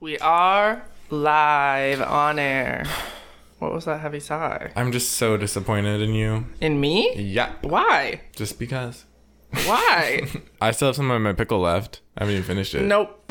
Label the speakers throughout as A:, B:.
A: We are live on air. What was that heavy sigh?
B: I'm just so disappointed in you.
A: In me?
B: Yeah,
A: Why?
B: just because.
A: Why?
B: I still have some of my pickle left. I haven't even finished it.
A: nope.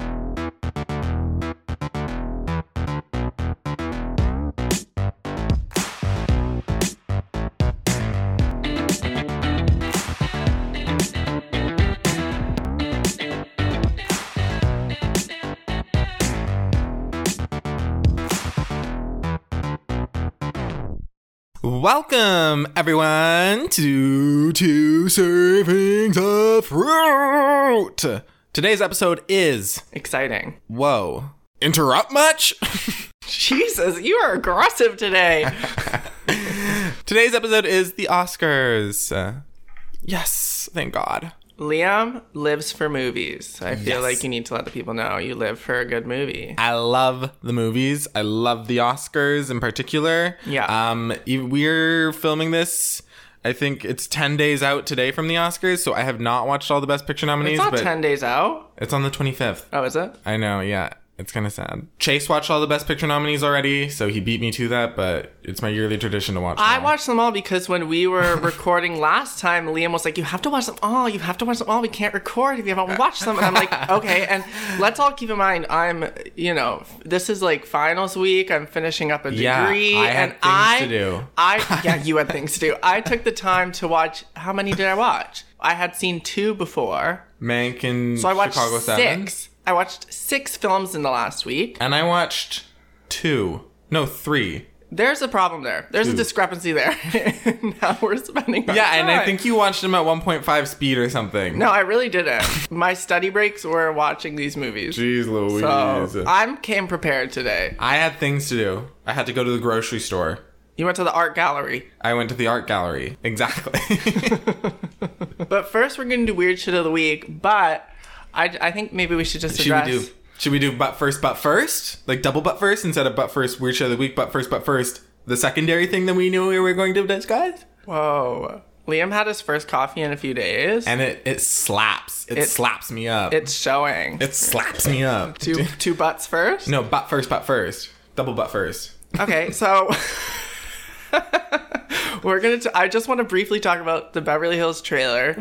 B: Welcome, everyone, to Two Servings of Fruit. Today's episode is
A: Exciting.
B: whoa. Interrupt much?
A: Jesus, you are aggressive today.
B: Today's episode is the Oscars. Uh, yes, thank God.
A: Liam lives for movies. I feel
B: Yes.
A: like you need to let the people know you live for a good movie.
B: I love the movies. I love the Oscars in particular.
A: Yeah.
B: Um, e- we're filming this. I think it's ten days out today from the Oscars, so I have not watched all the Best Picture nominees,
A: It's not
B: but
A: 10 days out.
B: it's on the twenty fifth.
A: Oh, is it?
B: I know. Yeah, it's kind of sad. Chase watched all the Best Picture nominees already, so he beat me to that. But it's my yearly tradition to watch.
A: I
B: them.
A: watched them all because when we were recording last time, Liam was like, "You have to watch them all. You have to watch them all. We can't record if you haven't watched them." And I'm like, "Okay." And let's all keep in mind, I'm, you know, f- this is like finals week. I'm finishing up a degree,
B: Yeah, I had
A: and
B: things
A: I,
B: to do.
A: I, yeah, you had things to do. I took the time to watch. How many did I watch? I had seen two before,
B: Mank and
A: so I watched
B: Chicago Seven,
A: six. I watched six films in the last week.
B: and I watched two, no three.
A: There's a problem there. There's a discrepancy there. now we're spending. our
B: Yeah, and I
A: time.
B: think you watched them at one point five speed or something.
A: No, I really didn't. My study breaks were watching these movies.
B: Jeez Louise.
A: so I came prepared today.
B: I had things to do. I had to go to the grocery store.
A: You went to the art gallery.
B: I went to the art gallery. Exactly.
A: But first, we're going to do weird shit of the week. But I, I think maybe we should just
B: should we
A: address.
B: do? Should we do butt first, butt first? Like double butt first instead of butt first, weird show of the week, butt first, butt first. The secondary thing that we knew we were going to discuss,
A: Whoa. Liam had his first coffee in a few days.
B: and it it slaps. It,
A: It-
B: slaps me up. It,
A: it's showing.
B: slaps me up.
A: two, two butts first?
B: No, butt first, butt first. Double butt first.
A: Okay, so. We're gonna. T- I just want to briefly talk about the Beverly Hills trailer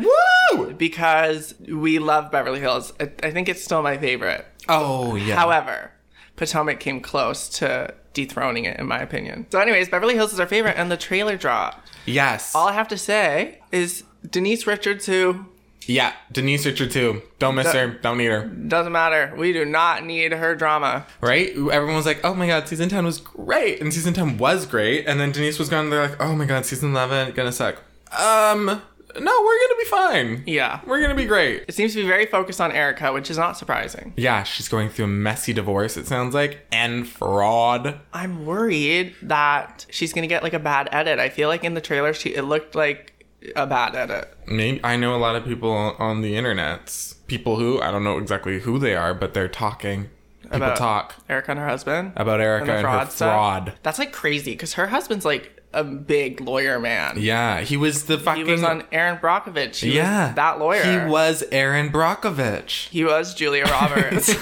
B: Woo!
A: because we love Beverly Hills. I, I think it's still my favorite.
B: Oh yeah.
A: However, Potomac came close to dethroning it, in my opinion. So, anyways, Beverly Hills is our favorite, and the trailer dropped.
B: yes.
A: All I have to say is Denise Richards, who
B: yeah. Denise Richard too. Don't miss her. Don't need her.
A: doesn't matter. We do not need her drama.
B: right? Everyone was like, "Oh my god, season ten was great," and season ten was great. And then Denise was gone. and They're like, "Oh my god, season eleven gonna suck." Um, no, we're gonna be fine.
A: Yeah.
B: we're gonna be great.
A: It seems to be very focused on Erica, which is not surprising.
B: Yeah, she's going through a messy divorce. It sounds like and fraud.
A: I'm worried that she's gonna get like a bad edit. I feel like in the trailer, she it looked like a bad edit.
B: Maybe I know a lot of people on the internet. People who I don't know exactly who they are, but they're talking. People
A: About-
B: talk
A: Erica and her husband.
B: about Erica and, her
A: stuff.
B: fraud.
A: That's like crazy because her husband's like a big lawyer man.
B: Yeah, he was the
A: He
B: fucking
A: was on Aaron Brockovich. He
B: yeah
A: was that lawyer.
B: He was Aaron Brockovich.
A: He was Julia Roberts.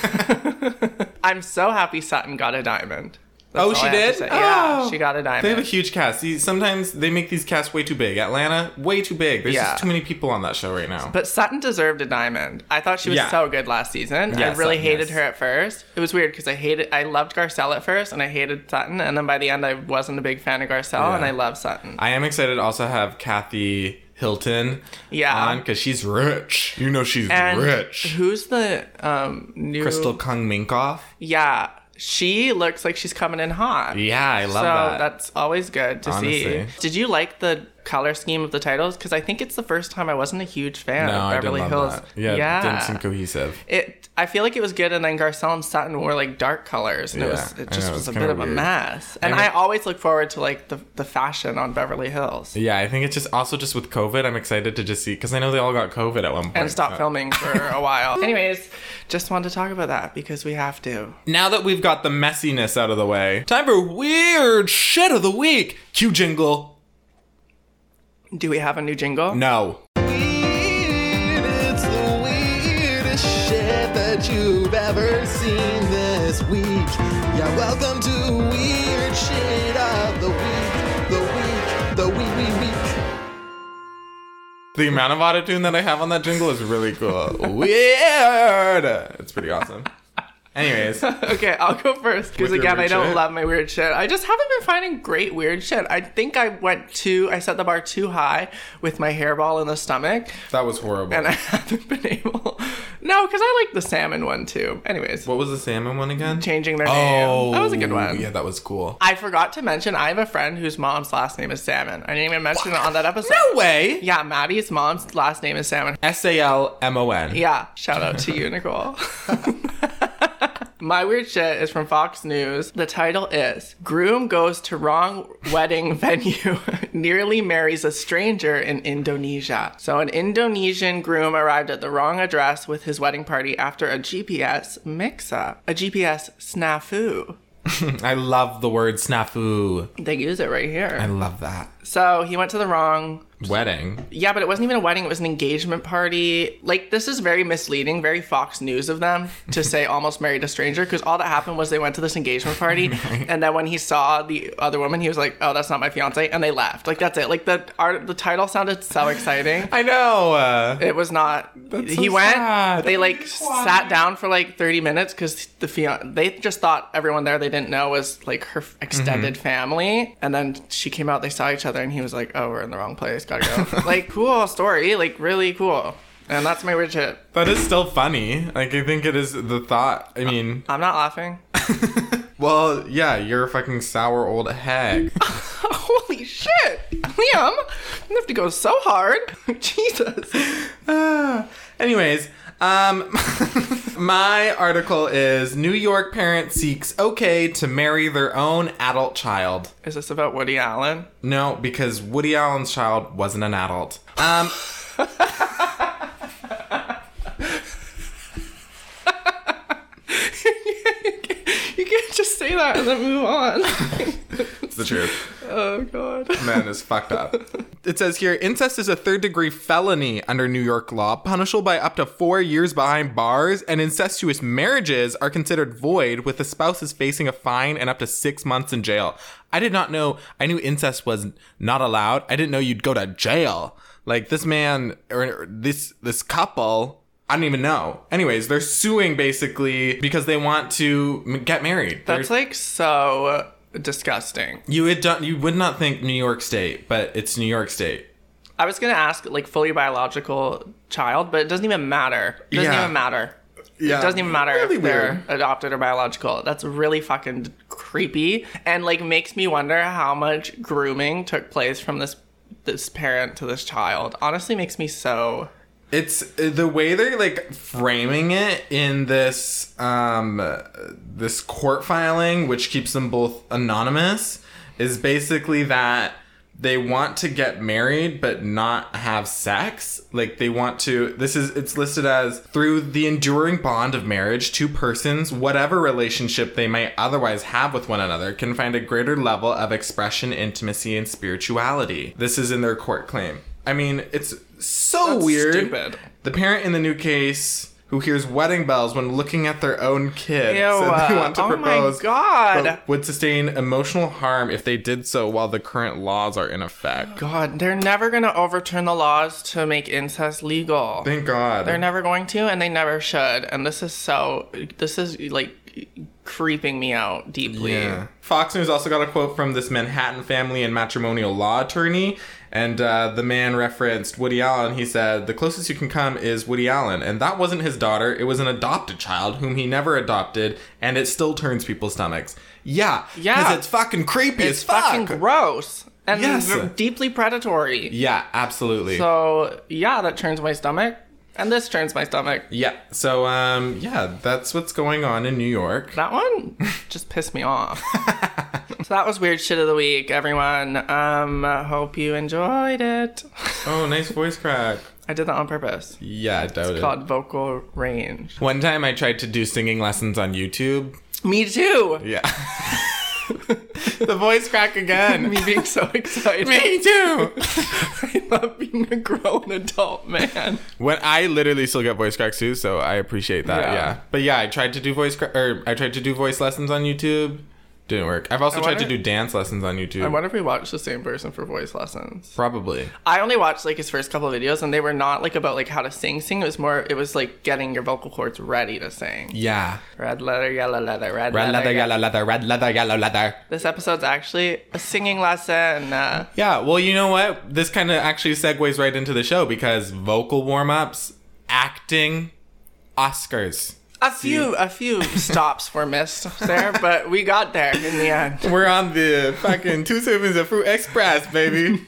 A: I'm so happy Sutton got a diamond. That's
B: Oh,
A: all
B: she
A: I have to
B: did?
A: say. Yeah,
B: Oh.
A: she got a
B: They have
A: diamond.
B: a huge cast. See, sometimes they make these casts way too big. Atlanta, way too big. There's
A: Yeah.
B: just too many people on that show right now.
A: but Sutton deserved a diamond. I thought she was
B: Yeah.
A: so good last season.
B: Yeah,
A: I really
B: Sutton,
A: hated
B: yes.
A: her at first. It was weird because I hated, I loved Garcelle at first, and I hated Sutton, and then by the end, I wasn't a big fan of Garcelle, and
B: Yeah.
A: I love Sutton.
B: I am excited to also have Kathy Hilton
A: Yeah.
B: on because she's rich. You know she's
A: Um, and
B: rich.
A: who's the um, new
B: Crystal Kung Minkoff.
A: Yeah, she looks like she's coming in hot.
B: Yeah, I love
A: so
B: that.
A: that's always good to
B: Honestly.
A: see. Did you like the color scheme of the titles? Because I think it's the first time I wasn't a huge fan
B: No,
A: of
B: I didn't
A: Beverly
B: love
A: Hills.
B: that. Yeah, it didn't seem cohesive.
A: It. I feel like it was good, and then Garcelle and Sutton wore like dark colors, and it
B: Yeah,
A: was it
B: I
A: just
B: know,
A: was
B: it's
A: a bit
B: kinda
A: of a
B: weird.
A: mess. And I,
B: I mean-
A: always look forward to like the the fashion on Beverly Hills.
B: Yeah, I think it's just also just with COVID. I'm excited to just see because I know they all got COVID at one point.
A: And stop
B: so-
A: filming for a while. Anyways, just wanted to talk about that because we have to.
B: Now that we've got the messiness out of the way, time for weird shit of the week. Cue jingle.
A: Do we have a new jingle?
B: No. It's the weirdest shit that you've ever seen this week.
C: week. Yeah, welcome to Weird Shit of the Week. The week, the week, week, week.
B: The amount of autotune that I have on that jingle is really cool. Weird. It's pretty awesome. Anyways,
A: Okay, I'll go first because
B: With your
A: again, I
B: weird
A: don't
B: shit?
A: love my weird shit. I just haven't been finding great weird shit. I think I went too, I set the bar too high with my hairball in the stomach,
B: that was horrible.
A: and I haven't been able. No, because I like the salmon one too. Anyways,
B: what was the salmon one again?
A: changing their
B: Oh,
A: name. That was a good one.
B: Yeah, that was cool.
A: I forgot to mention I have a friend whose mom's last name is Salmon. I didn't even mention it on that episode.
B: No way.
A: Yeah, Maddie's mom's last name is Salmon.
B: S A L M O N.
A: Yeah, shout out to you, Nicole. My weird shit is from Fox News. The title is Groom Goes to Wrong Wedding Venue, Nearly Marries a Stranger in Indonesia. So, an Indonesian groom arrived at the wrong address with his wedding party after a GPS mix up, a GPS snafu.
B: I love the word snafu.
A: They use it right
B: I
A: here.
B: love that.
A: So, he went to the wrong
B: Wedding.
A: Yeah, but it wasn't even a wedding, it was an engagement party. Like, this is very misleading, very Fox News of them to say almost married a stranger, because all that happened was they went to this engagement party, and then when he saw the other woman, he was like, oh, that's not my fiance, and they left. Like, that's it. Like, the, art, the title sounded so exciting.
B: I know. Uh,
A: It was not.
B: so
A: he went.
B: sad.
A: They like sat down for like thirty minutes because the fiance. They just thought everyone there they didn't know was like her f- extended family, and then she came out. They saw each other, and he was like, "Oh, we're in the wrong place. Gotta go." like, cool story. Like, really cool. And that's my weird shit.
B: that is still funny. Like, I think it is the thought. I mean,
A: I'm not laughing.
B: well, yeah, you're a fucking sour old hag.
A: Holy shit, Liam! You have to go so hard. Jesus.
B: Ah. Anyways, um, my article is New York parent seeks okay to marry their own adult child.
A: Is this about Woody Allen?
B: No, because Woody Allen's child wasn't an adult. Um,
A: You can't just say that and then move on.
B: it's the truth.
A: oh God.
B: man is fucked up. It says here incest is a third degree felony under New York law, punishable by up to four years behind bars, and incestuous marriages are considered void, with the spouses facing a fine and up to six months in jail. I did not know, I knew incest was not allowed. I didn't know you'd go to jail. Like this man, or or this, this couple. I don't even know. Anyways, they're suing basically because they want to m- get married. They're-
A: That's like so disgusting.
B: you would don't, you would not think New York State, but it's New York State.
A: I was gonna ask like fully biological child, but it doesn't even matter. It doesn't
B: Yeah.
A: even matter.
B: Yeah.
A: It doesn't even matter
B: Really
A: if they're adopted or biological. That's really fucking creepy and like makes me wonder how much grooming took place from this this parent to this child. Honestly makes me so
B: It's uh, the way they're like framing it in this um uh, this court filing which keeps them both anonymous is basically that they want to get married but not have sex. Like they want to this is it's listed as through the enduring bond of marriage two persons whatever relationship they might otherwise have with one another can find a greater level of expression, intimacy and spirituality. This is in their court claim. I mean, it's so weird.
A: stupid.
B: The parent in the new case who hears wedding bells when looking at their own kid
A: Ew,
B: said they
A: uh,
B: want to
A: oh my
B: propose,
A: God.
B: but would sustain emotional harm if they did so while the current laws are in effect.
A: God, they're never gonna overturn the laws to make incest legal.
B: Thank God.
A: They're never going to, and they never should. And this is so, this is like creeping me out deeply.
B: Yeah. Fox News also got a quote from this Manhattan family and matrimonial law attorney, and uh, the man referenced Woody Allen. He said, "The closest you can come is Woody Allen, and that wasn't his daughter. It was an adopted child whom he never adopted, and it still turns people's stomachs." Yeah,
A: Yeah.
B: 'cause it's fucking creepy
A: It's
B: as fuck.
A: fucking gross and
B: Yes.
A: v- deeply predatory.
B: yeah, absolutely.
A: So, yeah, that turns my stomach, and this turns my stomach.
B: yeah, so um, yeah, that's what's going on in New York.
A: That one just pissed me off. so, that was weird shit of the week, everyone. Um, hope you enjoyed it.
B: Oh, nice voice crack.
A: I did that on purpose.
B: Yeah, I doubt it.
A: Called vocal range.
B: One time I tried to do singing lessons on YouTube.
A: Me too.
B: Yeah. the voice crack again.
A: Me being so excited.
B: Me too.
A: I love being a grown adult man.
B: When I literally still get voice cracks too, so I appreciate that. Yeah.
A: Yeah.
B: But yeah, I tried to do voice cra- or I tried to do voice lessons on YouTube. Didn't work. I've also
A: I
B: tried to
A: wonder-
B: do dance lessons on YouTube.
A: I wonder if we watched the same person for voice lessons.
B: Probably.
A: I only watched like his first couple of videos, and they were not like about like how to sing. Sing. It was more. It was like getting your vocal cords ready to sing.
B: Yeah.
A: Red leather, yellow leather, red, leather,
B: Red leather,
A: yellow.
B: yellow leather, red leather, yellow leather.
A: This episode's actually a singing lesson. Uh,
B: Yeah, well, you know what? This kind of actually segues right into the show because vocal warm ups, acting, Oscars.
A: a few, a few stops were missed there, but we got there in the end.
B: We're on the fucking two servings of Fruit Express, baby.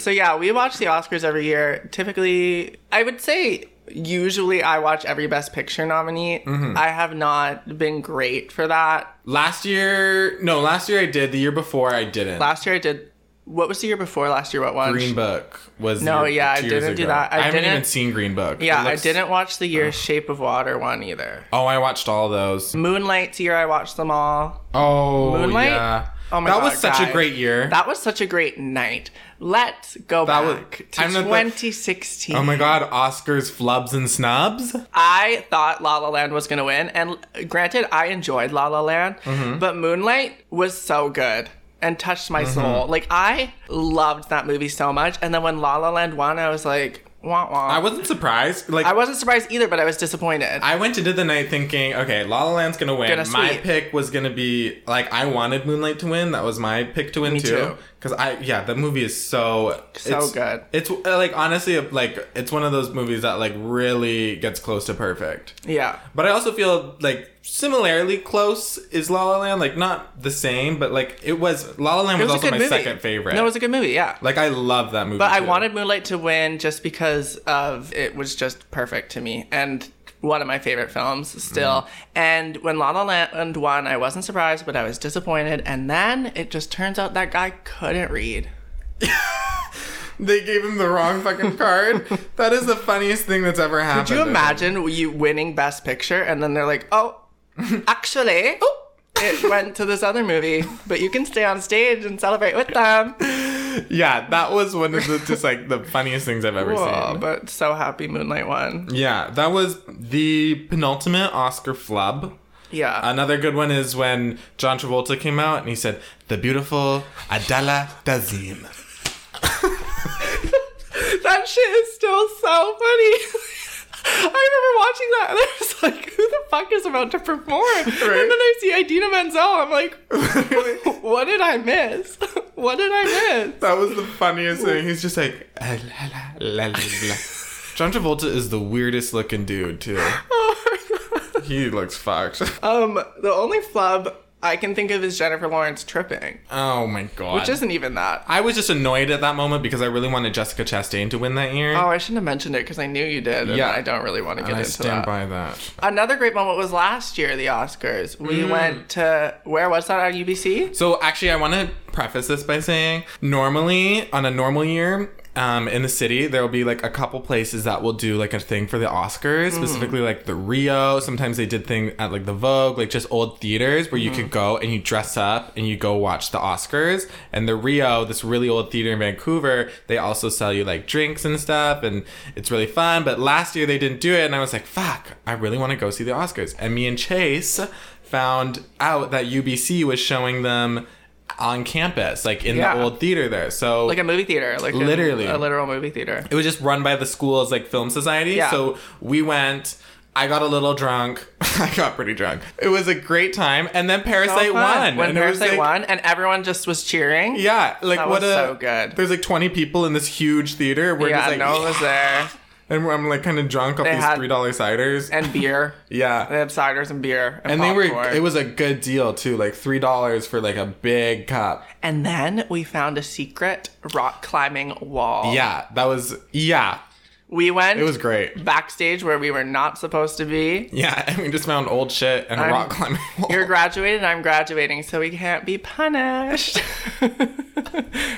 A: So yeah, we watch the Oscars every year. Typically, I would say usually I watch every Best Picture nominee.
B: Mm-hmm.
A: I have not been great for that.
B: last year, no, last year I did. The year before I didn't.
A: Last year I did. What was the year before last year? What one?
B: Green Book was
A: No,
B: year-
A: yeah, I
B: two years
A: didn't do
B: ago.
A: that. I
B: haven't
A: didn't-
B: even seen Green Book.
A: Yeah,
B: It looks-
A: I didn't watch the year Shape of Water one either.
B: Oh, I watched all those.
A: Moonlight's year, I watched them all.
B: Oh,
A: Moonlight?
B: yeah.
A: Oh my
B: that
A: God,
B: was such a
A: guys.
B: great year.
A: That was such a great night. Let's go
B: That was-
A: back to
B: I'm not the-
A: 2016.
B: oh my God, Oscars flubs and snubs.
A: I thought La La Land was going to win. And granted, I enjoyed La La Land,
B: Mm-hmm.
A: but Moonlight was so good and touched my soul. Like, I loved that movie so much. And then when La La Land won, I was like, wah wah.
B: I wasn't surprised. Like
A: I wasn't surprised either, but I was disappointed.
B: I went to did the night thinking, okay, La La Land's gonna win.
A: Gonna
B: my
A: sweep.
B: pick was gonna be like I wanted Moonlight to win. That was my pick to win
A: Me
B: too.
A: too.
B: Because I yeah, the movie is so
A: So good.
B: It's uh, like honestly like it's one of those movies that like really gets close to perfect.
A: yeah.
B: But I also feel like similarly close is La La Land. Like not the same, but like it was La La Land
A: It
B: was,
A: was a
B: also
A: good
B: my
A: movie.
B: second favorite.
A: No, it was a good movie, yeah.
B: like I love that movie.
A: But I
B: too.
A: wanted Moonlight to win just because of it was just perfect to me and one of my favorite films still. And when La La Land won, I wasn't surprised, but I was disappointed. And then it just turns out that guy couldn't read.
B: they gave him the wrong fucking card. that is the funniest thing that's ever happened.
A: Could you imagine you winning Best Picture and then they're like, "Oh, actually, oh, it went to this other movie, but you can stay on stage and celebrate with them."
B: Yeah, that was one of the just like the funniest things I've ever
A: Whoa,
B: seen.
A: but so happy Moonlight won.
B: yeah, that was the penultimate Oscar flub.
A: Yeah.
B: Another good one is when John Travolta came out and he said, "The beautiful Adela Dazim."
A: That shit is still so funny. I remember watching that and I was like, who the fuck is about to perform? And then I see Idina Menzel. I'm like, what did I miss? What did I miss?
B: That was the funniest thing. He's just like, "Ah, la, la, la, la, la." John Travolta is the weirdest looking dude too. He looks fucked.
A: Um, the only flub I can think of is Jennifer Lawrence tripping,
B: Oh my god.
A: which isn't even that.
B: I was just annoyed at that moment because I really wanted Jessica Chastain to win that year.
A: Oh, I shouldn't have mentioned it because I knew you did. And
B: Yeah.
A: I don't really want to get
B: and I
A: into
B: stand
A: that.
B: by that.
A: Another great moment was last year, the Oscars. We
B: Mm.
A: went to, where was that on UBC?
B: So actually, I want to preface this by saying normally on a normal year. Um, in the city, there will be like a couple places that will do like a thing for the Oscars, specifically like the Rio. Sometimes they did thing at like the Vogue, like just old theaters where you could go and you dress up and you go watch the Oscars. And the Rio, this really old theater in Vancouver, they also sell you like drinks and stuff, and it's really fun. But last year they didn't do it, and I was like, "Fuck, I really want to go see the Oscars." And me and Chase found out that UBC was showing them on campus, like in
A: Yeah.
B: the old theater there. So
A: Like a movie theater. Like in
B: Literally.
A: A literal movie theater.
B: it was just run by the school's like film society.
A: Yeah.
B: So we went. I got a little drunk. I got pretty drunk. It was a great time. And then Parasite
A: so fun.
B: won.
A: Oh, When
B: and it was,
A: Parasite
B: like,
A: won, and everyone just was cheering.
B: Yeah, like
A: That
B: what
A: was
B: a
A: so good.
B: There's like 20 people in this huge theater. We're
A: yeah,
B: just like,
A: no one was there,
B: and I'm like kind of drunk off
A: They
B: these
A: had-
B: three dollar ciders.
A: and beer. They
B: yeah,
A: had ciders and beer, and,
B: and they were.
A: popcorn.
B: It was a good deal too, like three dollars for like a big cup.
A: And then we found a secret rock climbing wall.
B: Yeah, that was yeah.
A: we went.
B: It was great.
A: backstage where we were not supposed to be.
B: Yeah, and we just found old shit and a
A: I'm-
B: rock climbing wall.
A: You're graduated, I'm graduating, so we can't be punished.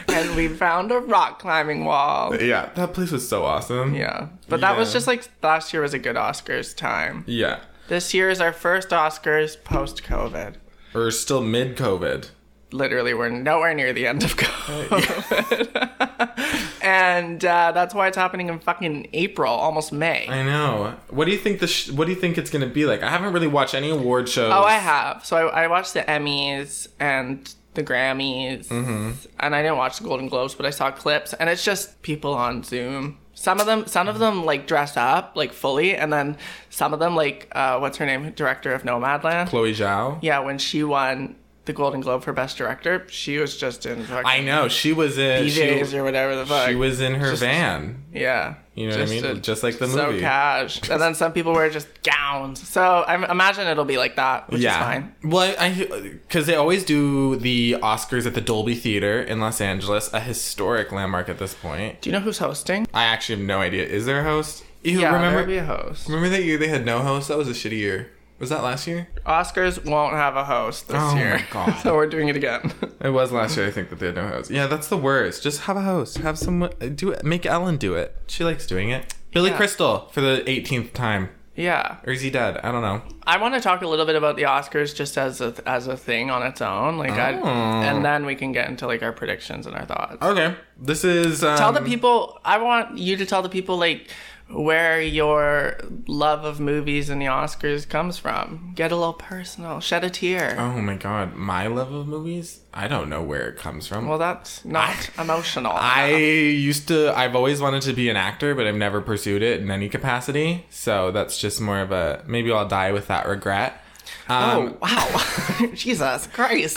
A: and we found a rock climbing wall.
B: yeah, that place was so awesome.
A: Yeah. But that was
B: Yeah.
A: just like last year was a good Oscars time.
B: Yeah.
A: This year is our first Oscars post COVID.
B: Or still mid COVID.
A: literally we're nowhere near the
B: Uh,
A: end of COVID. and uh, that's why it's happening in fucking April, almost May.
B: I know. What do you think the sh- What do you think it's gonna be like? I haven't really watched any award shows.
A: Oh, I have. So I, I watched the Emmys and the Grammys,
B: Mm-hmm.
A: and I didn't watch the Golden Globes, but I saw clips, and it's just people on Zoom. Some of them, some of them like dressed up like fully, and then some of them like uh, what's her name, director of Nomadland.
B: Chloe Zhao.
A: Yeah, when she won the Golden Globe for best director, she was just in fucking
B: I know. She was in.
A: PJs
B: She,
A: or whatever the fuck.
B: she was in her van.
A: yeah.
B: You know what I mean?
A: a-
B: Just like the
A: So
B: movie.
A: cash, and then some people wear just gowns. So I imagine it'll be like that, which is fine.
B: Well, I because they always do the Oscars at the Dolby Theater in Los Angeles, a historic landmark at this point.
A: Do you know who's hosting?
B: I actually have no idea. Is there a host? You
A: Yeah,
B: remember?
A: there'll be a host.
B: Remember that year they had no host? That was a shitty year. Was that last year?
A: Oscars won't have a host this
B: Oh my
A: year.
B: God.
A: so we're doing it again.
B: It was last year, I think, that they had no host. Yeah, that's the worst. Just have a host. Have someone do it. Make Ellen do it. She likes doing it. Billy
A: Yeah.
B: Crystal for the 18th time.
A: yeah.
B: Or is he dead? I don't know.
A: I want to talk a little bit about the Oscars just as a, as a thing on its own. Like I,
B: Oh.
A: and then we can get into like our predictions and our thoughts.
B: Okay. This is. Um,
A: tell the people i want you to tell the people like where your love of movies and the oscars comes from get a little personal shed a tear
B: Oh my god. My love of movies? I don't know where it comes from.
A: well that's not emotional
B: I used to. I've always wanted to be an actor, but I've never pursued it in any capacity. So that's just more of a maybe I'll die with that regret. Um,
A: oh wow jesus christ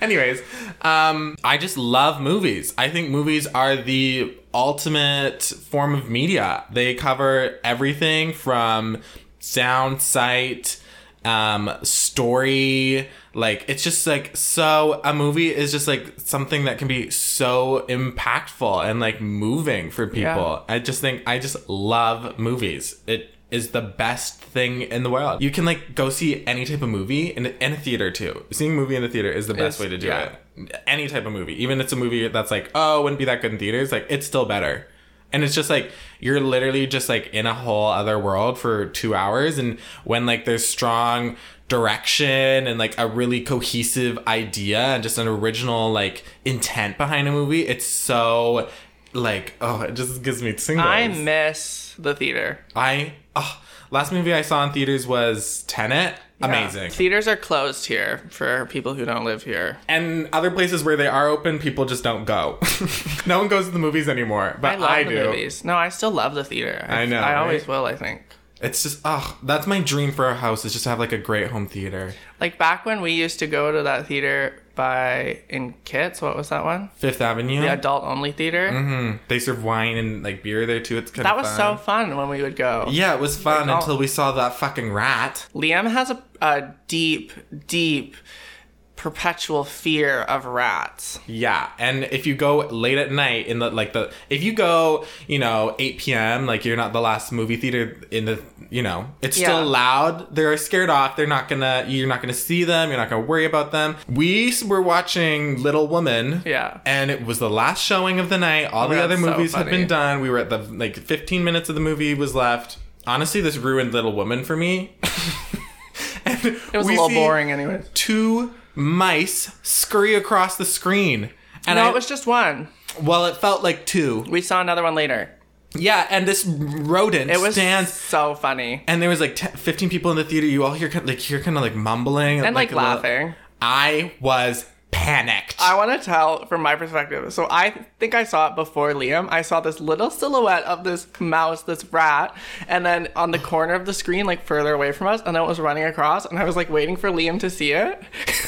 B: Anyways, um, I just love movies. I think movies are the ultimate form of media. They cover everything from sound, sight, um, story. Like, it's just like so. A movie is just like something that can be so impactful and like moving for people.
A: Yeah.
B: I just think I just love movies. It is the best thing in the world. You can like go see any type of movie in, in a theater too. Seeing a movie in a theater is the best
A: Is-
B: way to do
A: yeah.
B: it. Any type of movie, even if it's a movie that's like, oh, wouldn't be that good in theaters, like it's still better. And it's just like you're literally just like in a whole other world for 2 hours and when like there's strong direction and like a really cohesive idea and just an original like intent behind a movie, it's so like oh, it just gives me tingles.
A: i miss the theater
B: I oh, last movie I saw in theaters was Tenet. Amazing.
A: theaters are closed here for people who don't live here
B: And other places where they are open, people just don't go. no one goes to the movies anymore, but
A: i
B: I,
A: love the
B: do.
A: movies no i still love the theater
B: I know,
A: i always
B: right?
A: will i think
B: It's just oh, that's my dream for a house is just to have like a great home theater.
A: like back when we used to go to that theater by in kits what was that one
B: Fifth Avenue.
A: the adult only theater
B: They serve wine and like beer there too. It's kind
A: That
B: of
A: was so fun when we would go.
B: Yeah, it was fun
A: all-
B: until we saw that fucking rat.
A: Liam has a, a deep, deep, perpetual fear of rats.
B: Yeah, and if you go late at night in the like the if you go you know eight p.m. like you're not the last movie theater in the you know it's
A: Yeah.
B: still loud. They're scared off. They're not gonna you're not gonna see them. You're not gonna worry about them. We s- were watching Little Woman.
A: Yeah.
B: and it was the last showing of the night. All the
A: That's
B: other
A: so
B: movies had
A: funny.
B: been done. We were at the like fifteen minutes of the movie was left. Honestly, this ruined Little Woman for me. and
A: It was a little boring, anyways.
B: Two mice scurry across the screen. And
A: No,
B: I,
A: it was just one.
B: well, it felt like two.
A: We saw another one later.
B: Yeah, and this rodent
A: It was
B: stands,
A: so funny.
B: and there was like 10, 15 people in the theater. You all hear kind like you're kind of like mumbling
A: And like,
B: a little-
A: laughing. Uh,
B: I was panicked.
A: I want to tell from my perspective. So I think I saw it before Liam. I saw this little silhouette of this mouse, this rat, and then on the corner of the screen, like further away from us, and then it was running across, and I was like waiting for Liam to see it,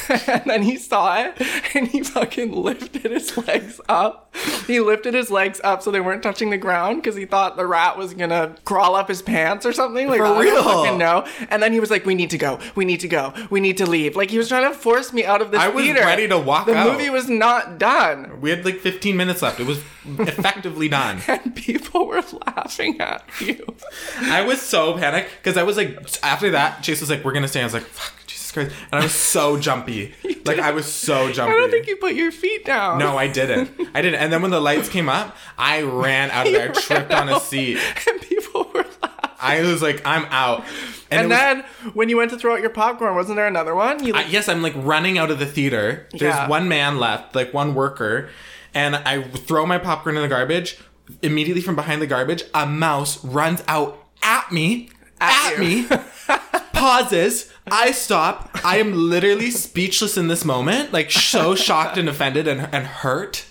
A: and then he saw it, and he fucking lifted his legs up. He lifted his legs up so they weren't touching the ground because he thought the rat was gonna crawl up his pants or something. Like
B: For
A: I don't
B: real?
A: fucking know. And then he was like, "We need to go. We need to go. We need to leave." Like he was trying to force me out of this
B: I was
A: theater.
B: ready to walk
A: The
B: out.
A: movie was not done.
B: we had like 15 minutes left. It was effectively done.
A: And people were laughing at you.
B: I was so panicked because I was like, after that, Chase was like, "We're gonna stay." I was like, "Fuck, Jesus Christ!" And I was so jumpy. like I was so
A: I
B: jumpy.
A: don't think you put your feet down.
B: No, I didn't. I didn't. And then when the lights came up, I ran out of there,
A: ran
B: tripped on a
A: out.
B: seat.
A: And people were laughing.
B: I was like, I'm out.
A: And
B: And, it was-
A: then when you went to throw out your popcorn, wasn't there another one? You
B: I, yes, I'm like running out of the theater. There's
A: Yeah.
B: one man left, like one worker, and I throw my popcorn in the garbage. Immediately from behind the garbage, a mouse runs out at me,
A: At
B: at,
A: you.
B: me, pauses. I stop. I am literally speechless in this moment, like so shocked and offended and, and hurt.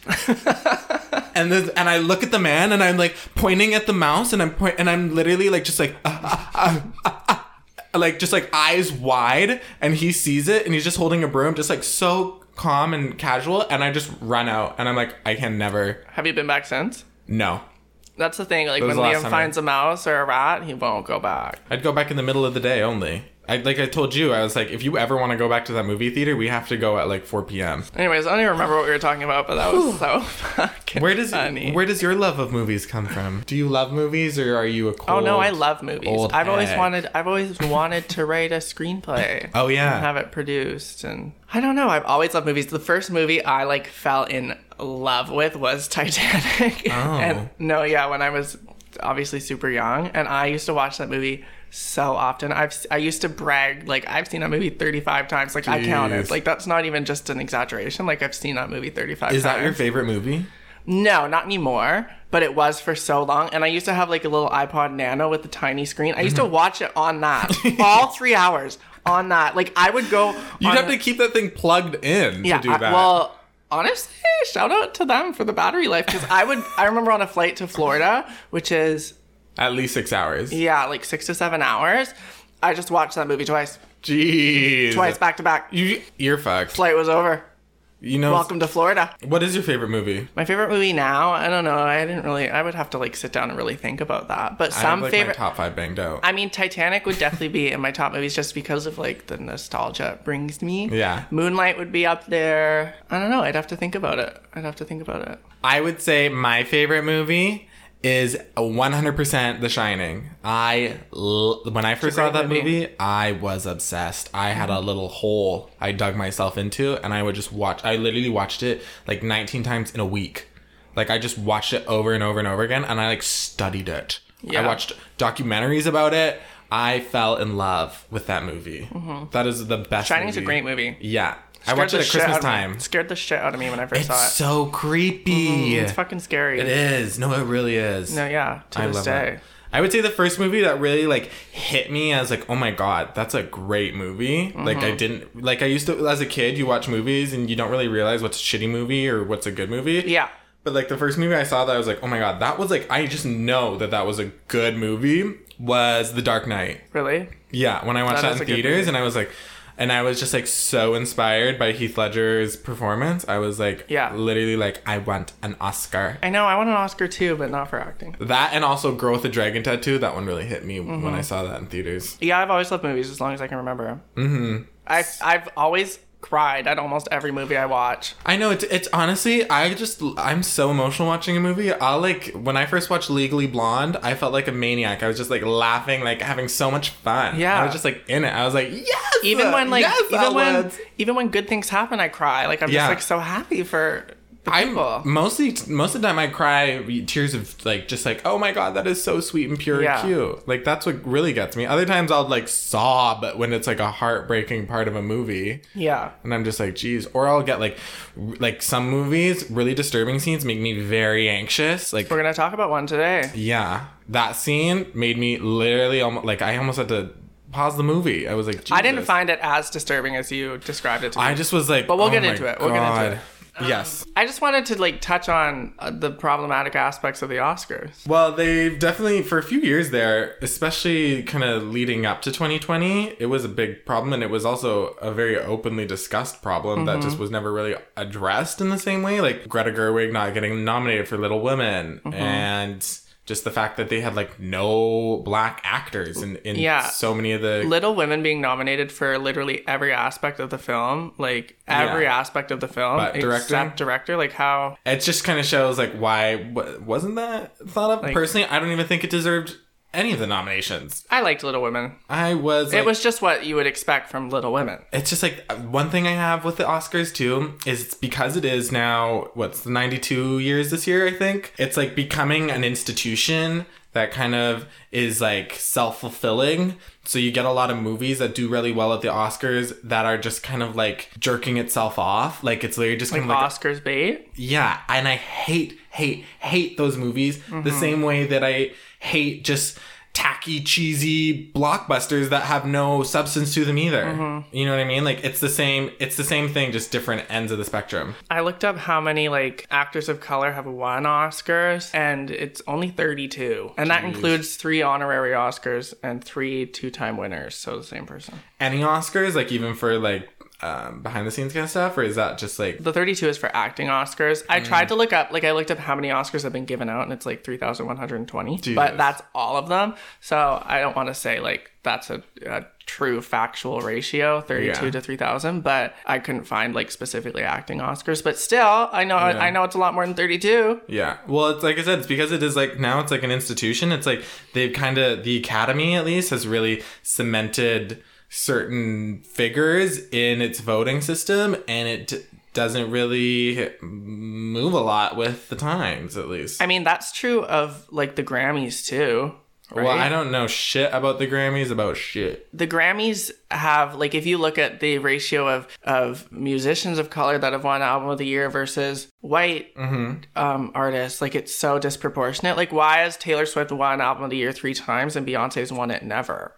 B: And then and I look at the man and I'm like pointing at the mouse and I'm point and I'm literally like just like ah, ah, ah, ah, ah, like just like eyes wide and he sees it and he's just holding a broom just like so calm and casual and I just run out and I'm like I can never
A: have you been back since?
B: no.
A: That's the thing. Like
B: was
A: when
B: the last
A: Liam
B: time I-
A: finds a mouse or a rat, he won't go back.
B: I'd go back in the middle of the day only. I like I told you I was like if you ever want to go back to that movie theater we have to go at like 4 p.m.
A: Anyways, I don't even remember what we were talking about, but that was so fucking
B: Where does
A: funny.
B: where does your love of movies come from? Do you love movies or are you a
A: Oh
B: cold
A: no, I love movies.
B: old
A: I've always
B: hag?
A: wanted I've always wanted to write a screenplay.
B: Oh yeah.
A: and have it produced and I don't know. I've always loved movies. The first movie I like fell in love with was
B: Oh.
A: Titanic. and no, yeah, when I was obviously super young and I used to watch that movie so often. I've s- I used to brag like I've seen that movie 35 times. Like I counted.
B: Jeez.
A: Like that's not even just an exaggeration. Like I've seen that movie 35
B: Is
A: times.
B: that your favorite movie?
A: No, not anymore. But it was for so long, and I used to have like a little iPod Nano with a tiny screen. I
B: Mm-hmm.
A: used to watch it on that all three hours on that. Like I would go.
B: You'd
A: on-
B: have to keep that thing plugged in to do
A: I-
B: that.
A: well, honestly, shout out to them for the battery life because I would. I remember on a flight to Florida, which is
B: At least six hours.
A: yeah, like six to seven hours. I just watched that movie twice,
B: Jeez.
A: twice back to back.
B: You ear fucked.
A: Flight was over.
B: You know.
A: Welcome to Florida.
B: What is your favorite movie?
A: My favorite movie now, I don't know. I didn't really. I would have to like sit down and really think about that. But
B: I
A: some
B: have like
A: favorite.
B: my top five banged out.
A: I mean, Titanic would definitely be in my top movies just because of like the nostalgia it brings me.
B: Yeah.
A: Moonlight would be up there. I don't know. I'd have to think about it. I'd have to think about it.
B: I would say my favorite movie is 100% The Shining. I l- when I first saw
A: great
B: that
A: movie. Mm-hmm.
B: movie. I was obsessed. I had a little hole I dug myself into and I would just watch I literally watched it like 19 times in a week. Like I just watched it over and over and over again and I like studied it.
A: Yeah.
B: I watched documentaries about it. I fell in love with that movie. That is the best
A: Shining's Mm-hmm. a
B: movie.
A: great movie.
B: Yeah. I
A: Scared
B: watched
A: the
B: it at
A: shit
B: Christmas
A: out of me-
B: time.
A: Scared the shit out of me when I first saw
B: It's
A: it. Mm-hmm.
B: so creepy.
A: it's fucking scary.
B: It is. No, it really is.
A: No, yeah, to this day.
B: it. I would say the first movie that really like hit me as like, oh my god, that's a great movie. Like
A: Mm-hmm.
B: I didn't like I used to as a kid, you watch movies and you don't really realize what's a shitty movie or what's a good movie.
A: Yeah.
B: But like the first movie I saw that I was like, oh my god, that was like I just know that that was a good movie was The Dark Knight.
A: Really?
B: Yeah, when I watched
A: That
B: that,
A: is a
B: in
A: good
B: theaters
A: movie.
B: and I was like and I was just like so inspired by Heath Ledger's performance. I was like
A: Yeah.
B: literally like I want an Oscar.
A: I know. I want an Oscar too, but not for acting.
B: That and also Girl with the Dragon Tattoo. That one really hit me when
A: Mm-hmm.
B: I saw that in theaters.
A: Yeah, I've always loved movies as long as I can remember. Mm-hmm. I've I've always cried at almost every movie I watch.
B: I know it's it's honestly I just I'm so emotional watching a movie. I like when I first watched Legally Blonde, I felt like a maniac. I was just like laughing, like having so much fun.
A: Yeah.
B: I was just like in it. I was like yes.
A: Even when like
B: yes,
A: even when
B: Alex."
A: even when good things happen, I cry. Like I'm
B: Yeah.
A: just like so happy for the
B: I'm
A: people.
B: mostly most of the time I cry tears of like just like oh my god that is so sweet and pure
A: Yeah.
B: and cute like that's what really gets me. Other times I'll like sob when it's like a heartbreaking part of a movie.
A: yeah.
B: and I'm just like, geez. Or I'll get like, r- like some movies, really disturbing scenes make me very anxious. Like,
A: We're gonna talk about one today.
B: yeah, that scene made me literally almost like I almost had to pause the movie. I was like, Jesus.
A: I didn't find it as disturbing as you described it to me.
B: I just was like, but
A: we'll get into it. We'll get into it.
B: Yes.
A: I just wanted to like touch on uh, the problematic aspects of the Oscars.
B: Well, they've definitely for a few years there, especially kind of leading up to 2020, it was a big problem, and it was also a very openly discussed problem that
A: Mm-hmm.
B: just was never really addressed in the same way. Like Greta Gerwig not getting nominated for Little Women,
A: Mm-hmm.
B: and just the fact that they had like no black actors in in
A: Yeah.
B: so many of the
A: Little Women being nominated for literally every aspect of the film, like every
B: Yeah.
A: aspect of the film
B: But directing?
A: except director. Like how
B: it just kind of shows like why wa- wasn't that thought of personally i don't even think it deserved any of the nominations.
A: I liked Little Women.
B: I was.
A: it
B: like-
A: was just what you would expect from Little Women.
B: It's just like one thing I have with the Oscars too is it's because it is now what's the 92 years this year I think. It's like becoming an institution that kind of is like self-fulfilling. So you get a lot of movies that do really well at the Oscars that are just kind of like jerking itself off. Like it's literally just kind of like
A: Oscars bait.
B: yeah, and I hate, hate, hate those movies the same way that I hate just tacky, cheesy blockbusters that have no substance to them either. You know what I mean? Like it's the same, it's the same thing, just different ends of the spectrum.
A: I looked up how many like actors of color have won Oscars, and it's only 32, and that includes three honorary Oscars and three two-time winners. So the same person.
B: Any Oscars, like even for like um, behind the scenes kind of stuff, or is that just like
A: The 32 is for acting Oscars. I
B: Mm.
A: tried to look up, like, I looked up how many Oscars have been given out, and it's like 3,120.
B: Jesus.
A: But that's all of them. So I don't want to say, like, that's a, a true factual ratio 32
B: Yeah.
A: to 3,000, but I couldn't find, like, specifically acting Oscars. But still, I know, I know it's a lot more than 32.
B: Yeah. Well, it's like I said, it's because it is like now it's like an institution. It's like they've kind of the academy at least has really cemented certain figures in its voting system and it d- doesn't really move a lot with the times at least.
A: I mean, that's true of, like, the Grammys, too. Right?
B: Well, I don't know shit about the Grammys about shit.
A: the Grammys have like if you look at the ratio of of musicians of color that have won album of the year versus white um, artists, like it's so disproportionate. Like why has Taylor Swift won album of the year three times and Beyonce's won it never?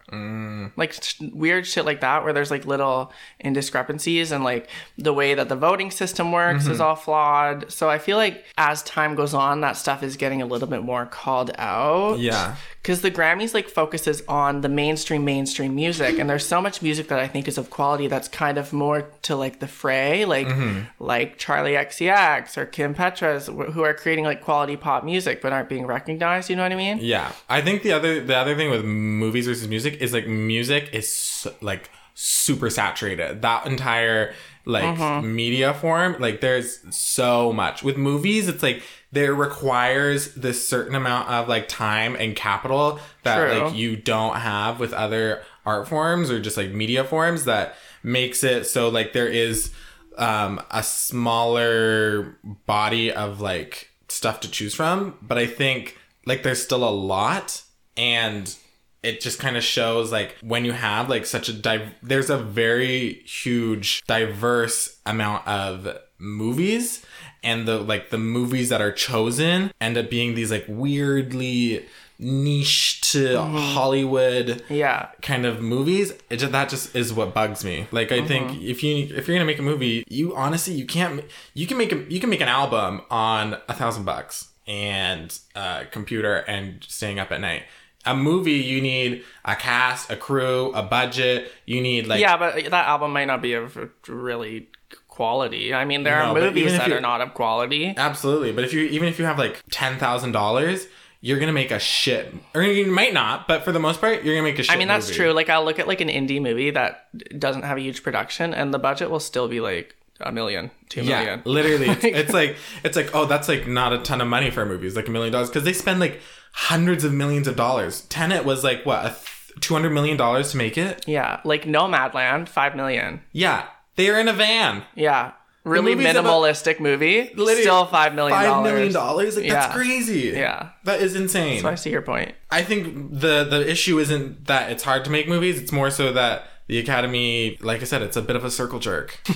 A: Like sh- weird shit like that where there's like little indiscrepancies and like the way that the voting system works is all flawed. So I feel like as time goes on, that stuff is getting a little bit more called out
B: Yeah.
A: because the grammys like focuses on the mainstream mainstream music and there's so much music that i think is of quality that's kind of more to like the fray like
B: Mm-hmm.
A: like charlie xcx or kim petras wh- who are creating like quality pop music but aren't being recognized you know what i mean
B: Yeah. I think the other the other thing with movies versus music is like music is su- like super saturated. That entire like media form, like there's so much. With movies, it's like there requires this certain amount of like time and capital that
A: True.
B: like you don't have with other art forms or just like media forms that makes it so like there is um a smaller body of like stuff to choose from but i think like there's still a lot and it just kind of shows like when you have like such a div- there's a very huge diverse amount of movies and the like the movies that are chosen end up being these like weirdly niche to hollywood
A: yeah
B: kind of movies it just, that just is what bugs me like i
A: Mm-hmm.
B: think if you if you're gonna make a movie you honestly you can't you can make a you can make an album on a thousand bucks and a computer and staying up at night a movie you need a cast a crew a budget you need like
A: yeah but uh, that album might not be of uh, really quality i mean there
B: No,
A: are
B: but
A: movies
B: even if
A: that
B: you-
A: are not of quality
B: Absolutely. But if you even if you have like ten thousand dollars, you're gonna make a shit or you might not, but for the most part, you're gonna make a shit.
A: I mean that's
B: movie.
A: true. Like I'll look at like an indie movie that doesn't have a huge production, and the budget will still be like a million, two million.
B: Yeah, literally. It's, it's like it's like, oh, that's like not a ton of money for a movie. It's like a million dollars. Because they spend like hundreds of millions of dollars. Tenet was like what, a th- two hundred million dollars to make it?
A: Yeah, like Nomadland, five million.
B: Yeah. They are in a van.
A: Yeah, really
B: movie's about-
A: minimalistic movie.
B: Literally
A: Still five million
B: Five
A: dollars.
B: million dollars? Like
A: Yeah.
B: that's crazy.
A: Yeah.
B: That is insane.
A: I see your point.
B: I think the the issue isn't that it's hard to make movies. It's more so that the Academy, like I said, it's a bit of a circle jerk.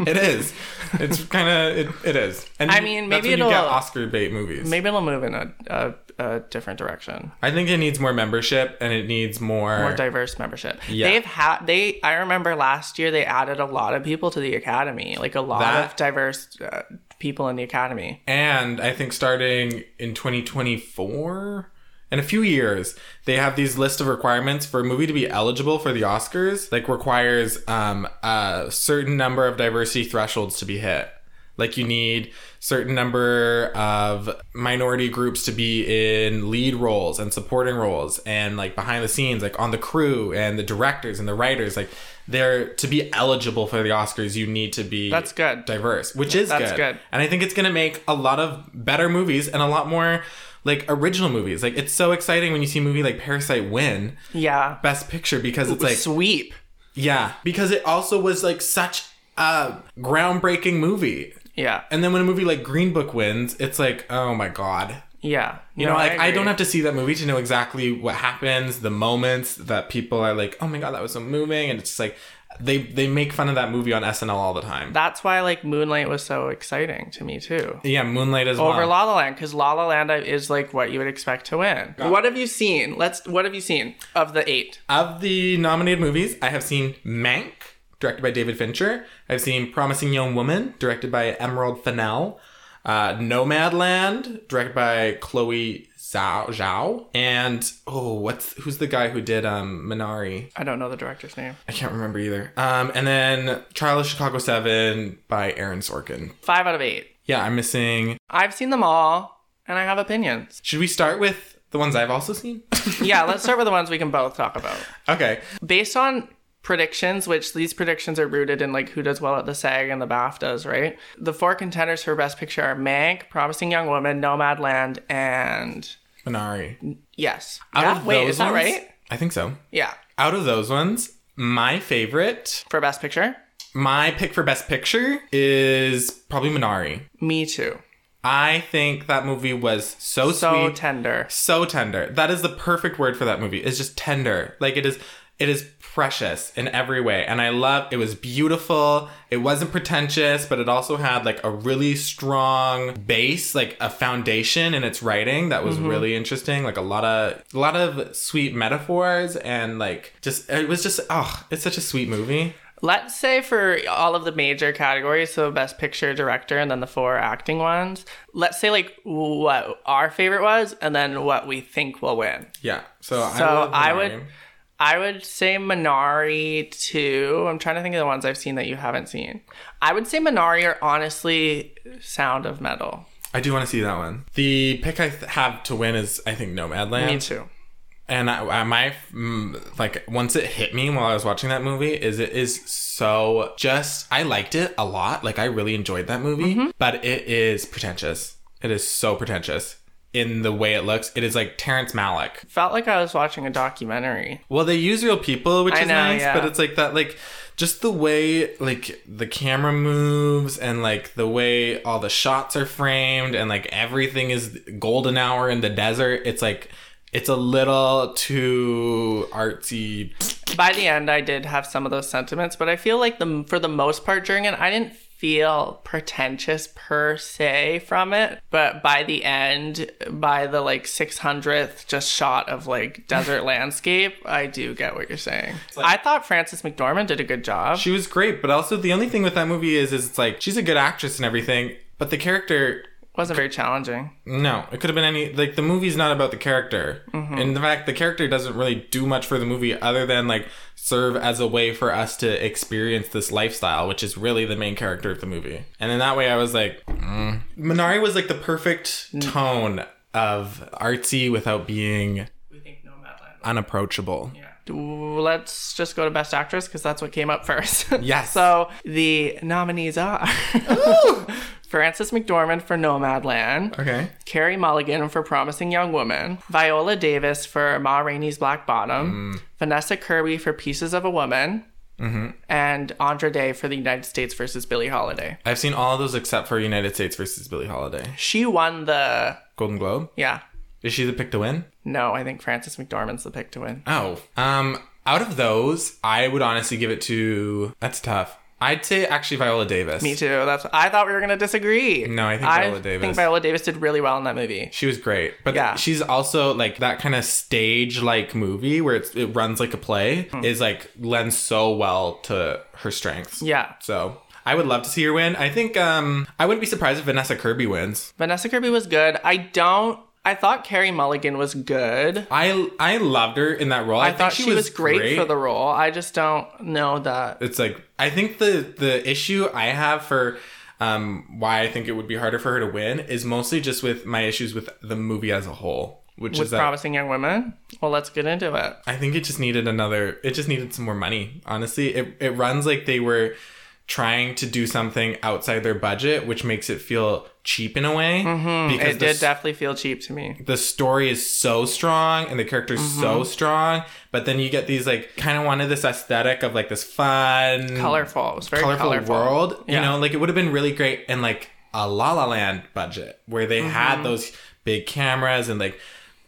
B: it is. It's kind of it, it is. And
A: I
B: you-
A: mean,
B: that's
A: maybe
B: when you get
A: it'll-
B: Oscar bait movies.
A: Maybe it'll move in a, a, a different direction.
B: I think it needs more membership and it needs more.
A: More diverse membership.
B: Yeah.
A: They've had they. I remember last year they added a lot of people to the academy, like a lot
B: That-
A: of diverse uh, people in the academy.
B: and I think starting in 2024 in a few years they have these list of requirements for a movie to be eligible for the Oscars like requires um, a certain number of diversity thresholds to be hit like you need certain number of minority groups to be in lead roles and supporting roles and like behind the scenes like on the crew and the directors and the writers like they're to be eligible for the Oscars you need to be
A: That's good.
B: diverse which is
A: That's
B: good.
A: good.
B: And I think it's going to make a lot of better movies and a lot more like original movies. Like it's so exciting when you see a movie like Parasite win
A: Yeah.
B: Best Picture because it's like
A: Sweep.
B: yeah, because it also was like such a groundbreaking movie.
A: Yeah.
B: And then when a movie like Green Book wins, it's like, oh my god.
A: Yeah.
B: You know, like I, don't have to see that movie to know exactly what happens, the moments that people are like, "Oh my god, that was so moving," and it's just like they they make fun of that movie on SNL all the time.
A: That's why like Moonlight was so exciting to me too.
B: yeah, Moonlight as
A: Over
B: well.
A: La La Land because La La Land is like what you would expect to win. What have you seen? Let's. What have you seen of the eight?
B: Of the nominated movies, I have seen Mank, directed by David Fincher. I've seen Promising Young Woman, directed by Emerald Fennell. Uh, Nomadland, directed by Chloe Zhao, Zhao. And oh, what's who's the guy who did um Minari?
A: I don't know the director's name.
B: I can't remember either. Um, and then Trial of Chicago Seven by Aaron Sorkin.
A: Five out of eight.
B: Yeah, I'm missing.
A: I've seen them all, and I have opinions.
B: Should we start with the ones I've also seen?
A: Yeah, let's start with the ones we can both talk about.
B: okay.
A: Based on predictions, which these predictions are rooted in like who does well at the SAG and the BAFTAs, right? The four contenders for Best Picture are Mank, Promising Young Woman, Nomadland, and
B: Minari.
A: yes.
B: Out
A: Yeah,
B: of
A: Ah, wait,
B: those
A: is that
B: ones-
A: right?
B: I think so.
A: Yeah,
B: Out of those ones, my favorite,
A: for Best Picture.
B: my pick for Best Picture is probably Minari.
A: Me too.
B: I think that movie was so,
A: So
B: sweet.
A: tender.
B: so tender. That is the perfect word for that movie. It's just tender. Like it is it is precious in every way. And I love it was beautiful. It wasn't pretentious, but it also had like a really strong base, like a foundation in its writing that was
A: Mm-hmm.
B: really interesting. Like a lot of a lot of sweet metaphors and like just it was just oh, it's such a sweet movie.
A: Let's say for all of the major categories, so best picture, director, and then the four acting ones, let's say like what our favorite was and then what we think will win.
B: Yeah. So, I,
A: So
B: love
A: I
B: Minari.
A: would I would say Minari too. I'm trying to think of the ones I've seen that you haven't seen. I would say Minari or honestly Sound of Metal.
B: I do want to see that one. The pick I th- have to win is I think Nomadland.
A: Me too.
B: and I, I my mm, like once it hit me while I was watching that movie is it is so just I liked it a lot like I really enjoyed that movie but it is pretentious it is so pretentious in the way it looks it is like Terrence Malick
A: Felt like I was watching a documentary.
B: well they use real people which
A: I
B: is
A: know,
B: nice
A: yeah.
B: but it's like that like just the way like the camera moves and like the way all the shots are framed and like everything is golden hour in the desert it's like it's a little too artsy
A: By the end I did have some of those sentiments, but I feel like the for the most part during it I didn't feel pretentious per se from it, but by the end by the like 600th just shot of like desert landscape, I do get what you're saying. I thought Frances McDormand did a good job.
B: She was great, but also the only thing with that movie is, is it's like she's a good actress and everything, but the character,
A: wasn't very challenging.
B: no, it could have been any. Like the movie's not about the character, and in fact, the character doesn't really do much for the movie other than like serve as a way for us to experience this lifestyle, which is really the main character of the movie. And in that way, I was like, mm. Minari was like the perfect tone of artsy without being
A: We think Nomadland.
B: unapproachable.
A: Let's just go to Best Actress because that's what came up first.
B: Yes.
A: so the nominees are Frances McDormand for Nomadland,
B: Okay.
A: Carrie Mulligan for Promising Young Woman, Viola Davis for Ma Rainey's Black Bottom,
B: Mm.
A: Vanessa Kirby for Pieces of a Woman,
B: Mm-hmm.
A: and Andra Day for The United States versus Billie Holiday.
B: I've seen all of those except for United States versus Billie Holiday.
A: She won the
B: Golden Globe.
A: yeah.
B: Is she the pick to win?
A: No, I think Frances McDormand's the pick to win.
B: Oh. Um, out of those, I would honestly give it to. That's tough. I'd say actually Viola Davis.
A: Me too. That's. I thought we were gonna disagree.
B: No, I think Viola Davis-
A: think Viola Davis did really well in that movie.
B: She was great, but
A: Yeah.
B: she's also like that kind of stage-like movie where it's, it runs like a play
A: Hmm.
B: is like lends so well to her strengths.
A: Yeah.
B: So I would love to see her win. I think um I wouldn't be surprised if Vanessa Kirby wins.
A: Vanessa Kirby was good. I don't. I thought Carrie Mulligan was good.
B: I I loved her in that role.
A: I, thought she, was great, for the role. I just don't know that.
B: it's like I think the the issue I have for um why I think it would be harder for her to win is mostly just with my issues with the movie as a whole, which is
A: With
B: that
A: promising young women. Well, let's get into it.
B: I think it just needed another it just needed some more money. Honestly, it it runs like they were trying to do something outside their budget, which makes it feel cheap in a way. Because
A: Mm-hmm. It
B: the
A: did definitely feel cheap to me.
B: the story is so strong and the character's so
A: Mm-hmm.
B: strong, but then you get these like kind of wanted this aesthetic of like this fun,
A: Colorful. It was very
B: colorful,
A: colorful.
B: world. You
A: Yeah.
B: know, like it would have been really great in like a La La Land budget where they
A: Mm-hmm.
B: had those big cameras and like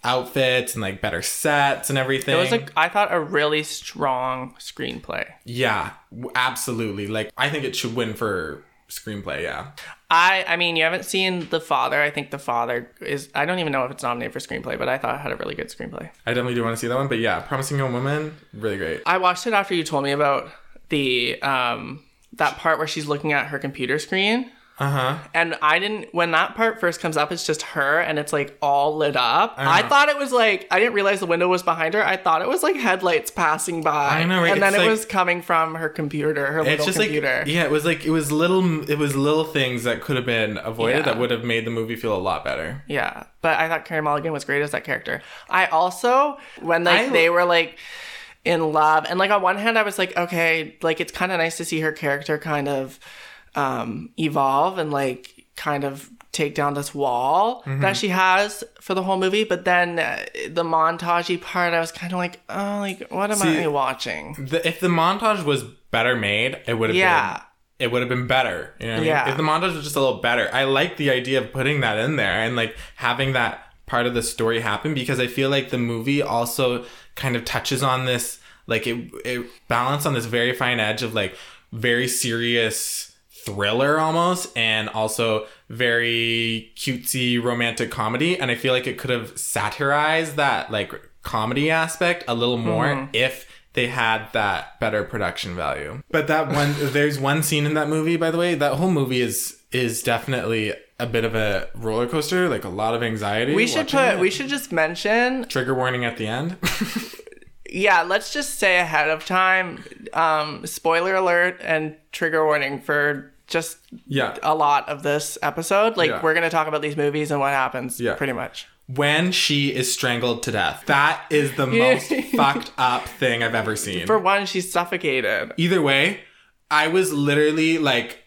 B: outfits and like better sets and everything.
A: It was like I thought a really strong screenplay.
B: yeah, w- absolutely. Like I think it should win for screenplay. Yeah,
A: I I mean you haven't seen The Father. I think The Father is I don't even know if it's nominated for screenplay, but I thought it had a really good screenplay.
B: I definitely do want to see that one. But yeah, Promising Young Woman, really great.
A: I watched it after you told me about the um that part where she's looking at her computer screen.
B: Uh huh.
A: And I didn't when that part first comes up, it's just her and it's like all lit up.
B: Uh-huh.
A: I thought it was like I didn't realize the window was behind her. I thought it was like headlights passing by.
B: I know, right?
A: And then
B: It's
A: it
B: like-
A: was coming from her computer, her
B: It's
A: little
B: just
A: computer.
B: like yeah, it was like it was little it was little things that could have been avoided
A: Yeah.
B: that would have made the movie feel a lot better.
A: Yeah, but I thought Carey Mulligan was great as that character. I also when like
B: I-
A: they were like in love, and like on one hand I was like, okay, like it's kind of nice to see her character kind of um, evolve and like kind of take down this wall
B: Mm-hmm.
A: that she has for the whole movie. But then uh, the montagey part, I was kind of like, oh, like what am
B: See-
A: I watching?
B: The, if the montage was better made, it would have
A: Yeah.
B: been it would have been better. You know what I mean?
A: Yeah.
B: If the montage was just a little better, I like the idea of putting that in there and like having that part of the story happen because I feel like the movie also kind of touches on this like it it balanced on this very fine edge of like very serious thriller almost and also very cutesy romantic comedy and i feel like it could have satirized that like comedy aspect a little more
A: Mm-hmm.
B: if they had that better production value but that one there's one scene in that movie by the way that whole movie is is definitely a bit of a roller coaster like a lot of anxiety
A: We should
B: watching
A: put.
B: it.
A: We should just mention
B: trigger warning at the end
A: yeah, let's just say ahead of time, um, spoiler alert and trigger warning for just
B: yeah
A: a lot of this episode. Like
B: Yeah.
A: we're gonna talk about these movies and what happens.
B: Yeah.
A: pretty much.
B: when she is strangled to death that is the most fucked up thing i've ever seen
A: For one, she's suffocated.
B: either way, I was literally like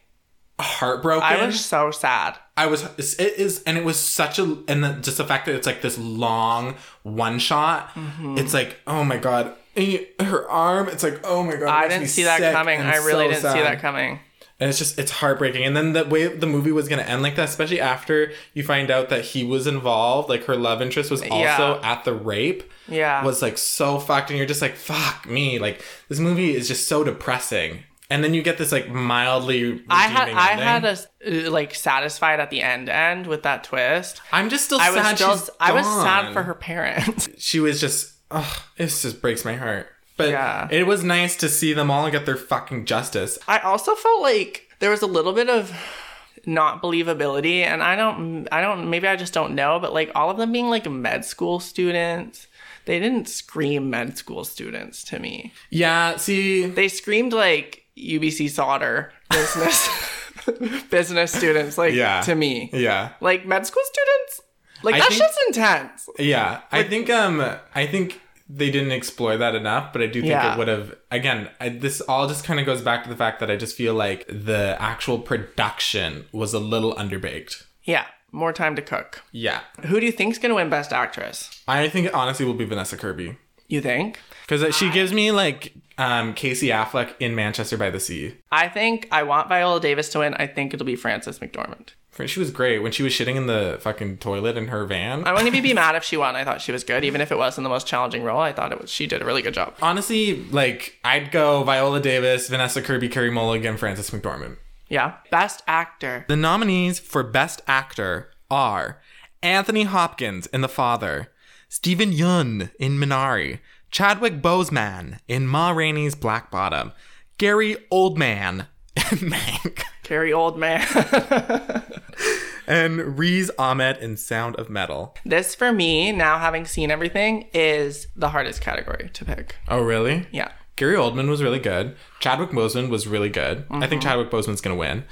B: heartbroken.
A: I was so sad.
B: I was it is and it was such a and the, just the fact that it's like this long one shot.
A: Mm-hmm.
B: It's like oh my god, And you- her arm. It's like oh my god. it
A: I
B: makes
A: didn't
B: me
A: see that
B: sick
A: coming.
B: and
A: I really
B: so
A: didn't see
B: sad.
A: that coming.
B: And it's just it's heartbreaking. And then the way the movie was gonna end like that, especially after you find out that he was involved, like her love interest was also
A: Yeah.
B: at the rape.
A: Yeah.
B: was like so fucked and you're just like fuck me like this movie is just so depressing and then you get this like mildly
A: I had
B: redeeming
A: I
B: ending.
A: had a s- uh, like satisfied at the end end with that twist.
B: i'm just still
A: I was
B: sad
A: still
B: she's
A: I was
B: gone.
A: sad for her parents.
B: she was just ugh, it just breaks my heart but
A: Yeah.
B: it was nice to see them all get their fucking justice
A: I also felt like there was a little bit of not believability and I don't I don't maybe I just don't know but like all of them being like med school students they didn't scream med school students to me.
B: yeah see
A: They screamed like UBC solder business business students like
B: Yeah.
A: to me.
B: yeah
A: Like med school students like
B: I
A: that's
B: think-
A: just intense.
B: yeah i think um i think they didn't explore that enough but i do think
A: Yeah.
B: it would have again I, this all just kind of goes back to the fact that i just feel like the actual production was a little underbaked
A: Yeah, more time to cook.
B: Yeah.
A: Who do you think's going to win best actress?
B: I think it honestly will be Vanessa Kirby.
A: You think?
B: Because she gives me like um, Casey Affleck in Manchester by the Sea.
A: I think I want Viola Davis to win. I think it'll be Frances McDormand.
B: For- She was great when she was shitting in the fucking toilet in her van.
A: I wouldn't even be mad if she won. I thought she was good, even if it wasn't the most challenging role. I thought it was. She did a really good job.
B: honestly, like, I'd go Viola Davis, Vanessa Kirby, Carrie Mulligan, Frances McDormand.
A: Yeah, best actor.
B: The nominees for Best Actor are Anthony Hopkins in The Father, Stephen Yun in Minari, Chadwick Boseman in Ma Rainey's Black Bottom, Gary Oldman in Mank.
A: Carrie Oldman.
B: and Reese Ahmed in Sound of Metal.
A: this for me now, having seen everything, is the hardest category to pick.
B: Oh, really?
A: Yeah,
B: Gary Oldman was really good. Chadwick Boseman was really good. I
A: Mm-hmm.
B: think Chadwick Boseman's gonna win.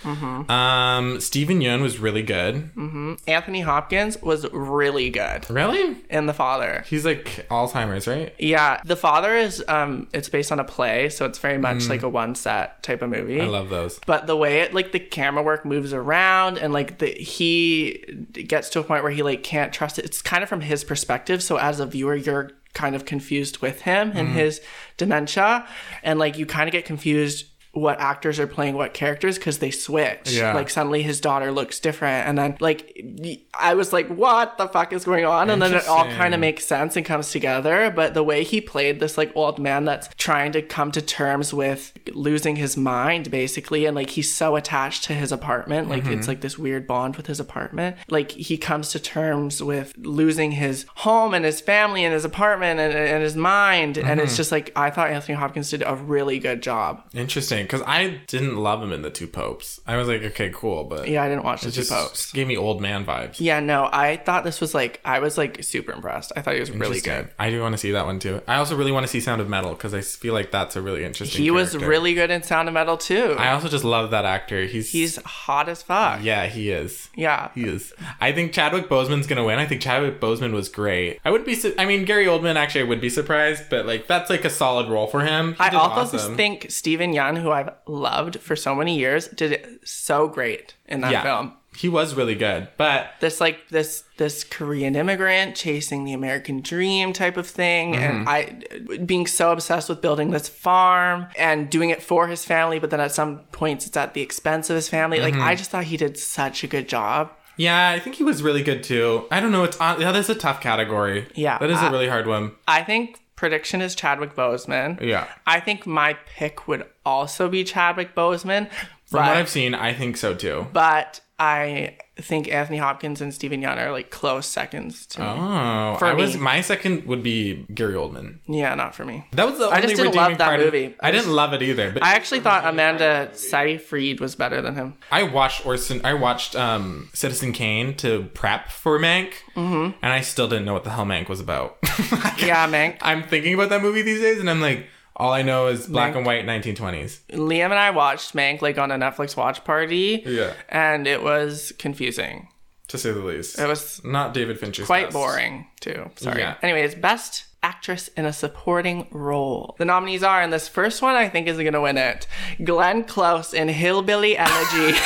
B: Um, Stephen Yeun was really good.
A: Mm-hmm. Anthony Hopkins was really good
B: Really?
A: in The Father.
B: He's like Alzheimer's, right?
A: Yeah, The Father is um it's based on a play, so it's very much like a one set type of movie.
B: Mm. I love those.
A: but the way it like the camera work moves around and like the he gets to a point where he like can't trust it it's kind of from his perspective so as a viewer you're kind of confused with him and his dementia and like you kind of get confused what actors are playing what characters because they switch
B: Yeah.
A: like suddenly his daughter looks different and then like y- i was like what the fuck is going on and then it all kind of
B: Interesting.
A: makes sense and comes together but the way he played this like old man that's trying to come to terms with losing his mind basically and like he's so attached to his apartment like
B: Mm-hmm.
A: it's like this weird bond with his apartment like he comes to terms with losing his home and his family and his apartment and, and his mind and
B: Mm-hmm.
A: it's just like i thought anthony hopkins did a really good job
B: Interesting, because I didn't love him in the Two Popes. I was like, okay, cool, but
A: yeah i didn't watch the
B: it
A: two
B: just
A: posts
B: gave me old man vibes.
A: yeah no i thought this was like i was like super impressed i thought he was really
B: Interesting.
A: good
B: I do want to see that one too. I also really want to see Sound of Metal because I s- feel like that's a really interesting.
A: he was
B: character.
A: really good in sound of metal too
B: I also just love that actor. He's
A: he's hot as fuck
B: yeah, he is.
A: yeah
B: He is. I think Chadwick Boseman's gonna win. I think Chadwick Boseman was great. I would be. Su- I mean, Gary Oldman actually I would be surprised, but like that's like a solid role for him. He
A: I
B: did
A: also
B: awesome.
A: think Steven Yeun, who I've loved for so many years, did so great in that
B: yeah,
A: film.
B: he was really good. But
A: This like this this Korean immigrant chasing the American dream type of thing, and
B: Mm-hmm.
A: I being so obsessed with building this farm and doing it for his family, but then at some points it's at the expense of his family.
B: Mm-hmm.
A: Like I just thought he did such a good job.
B: yeah, I think he was really good too. I don't know. It's on- yeah, that's a tough category.
A: Yeah,
B: that is
A: I-
B: a really hard one.
A: I think prediction is Chadwick Boseman.
B: Yeah.
A: I think my pick would also be Chadwick Boseman.
B: From what I've seen, I think so too.
A: but I think Anthony Hopkins and Steven Yeun are like close seconds to me.
B: Oh,
A: For
B: I was
A: me.
B: my second would be Gary Oldman.
A: Yeah, not for me.
B: That was the
A: just
B: only
A: didn't
B: redeeming
A: love that
B: part of-
A: movie.
B: I didn't love it either, but
A: I actually thought Amanda Seyfried was better than him.
B: I watched Orson. I watched um, Citizen Kane to prep for Mank, mm-hmm. and I still didn't know what the hell Mank was about. Like,
A: Yeah, Mank.
B: I'm thinking about that movie these days, and I'm like, all I know is black
A: Mank.
B: and white 1920s.
A: Liam and I watched Mank like on a Netflix watch party.
B: Yeah.
A: And it was confusing.
B: To say the least,
A: It was
B: not David Fincher's.
A: quite
B: best.
A: boring too. Sorry.
B: Yeah.
A: Anyways, best actress in a supporting role. The nominees are, and this first one I think is gonna win it. Glenn Close in Hillbilly Elegy.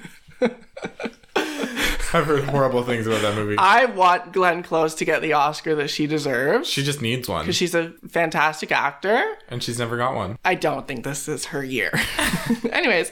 B: I've heard horrible things about that movie.
A: I want Glenn Close to get the Oscar that she deserves.
B: she just needs one,
A: She's a fantastic actor.
B: and she's never got one.
A: I don't think this is her year. Anyways,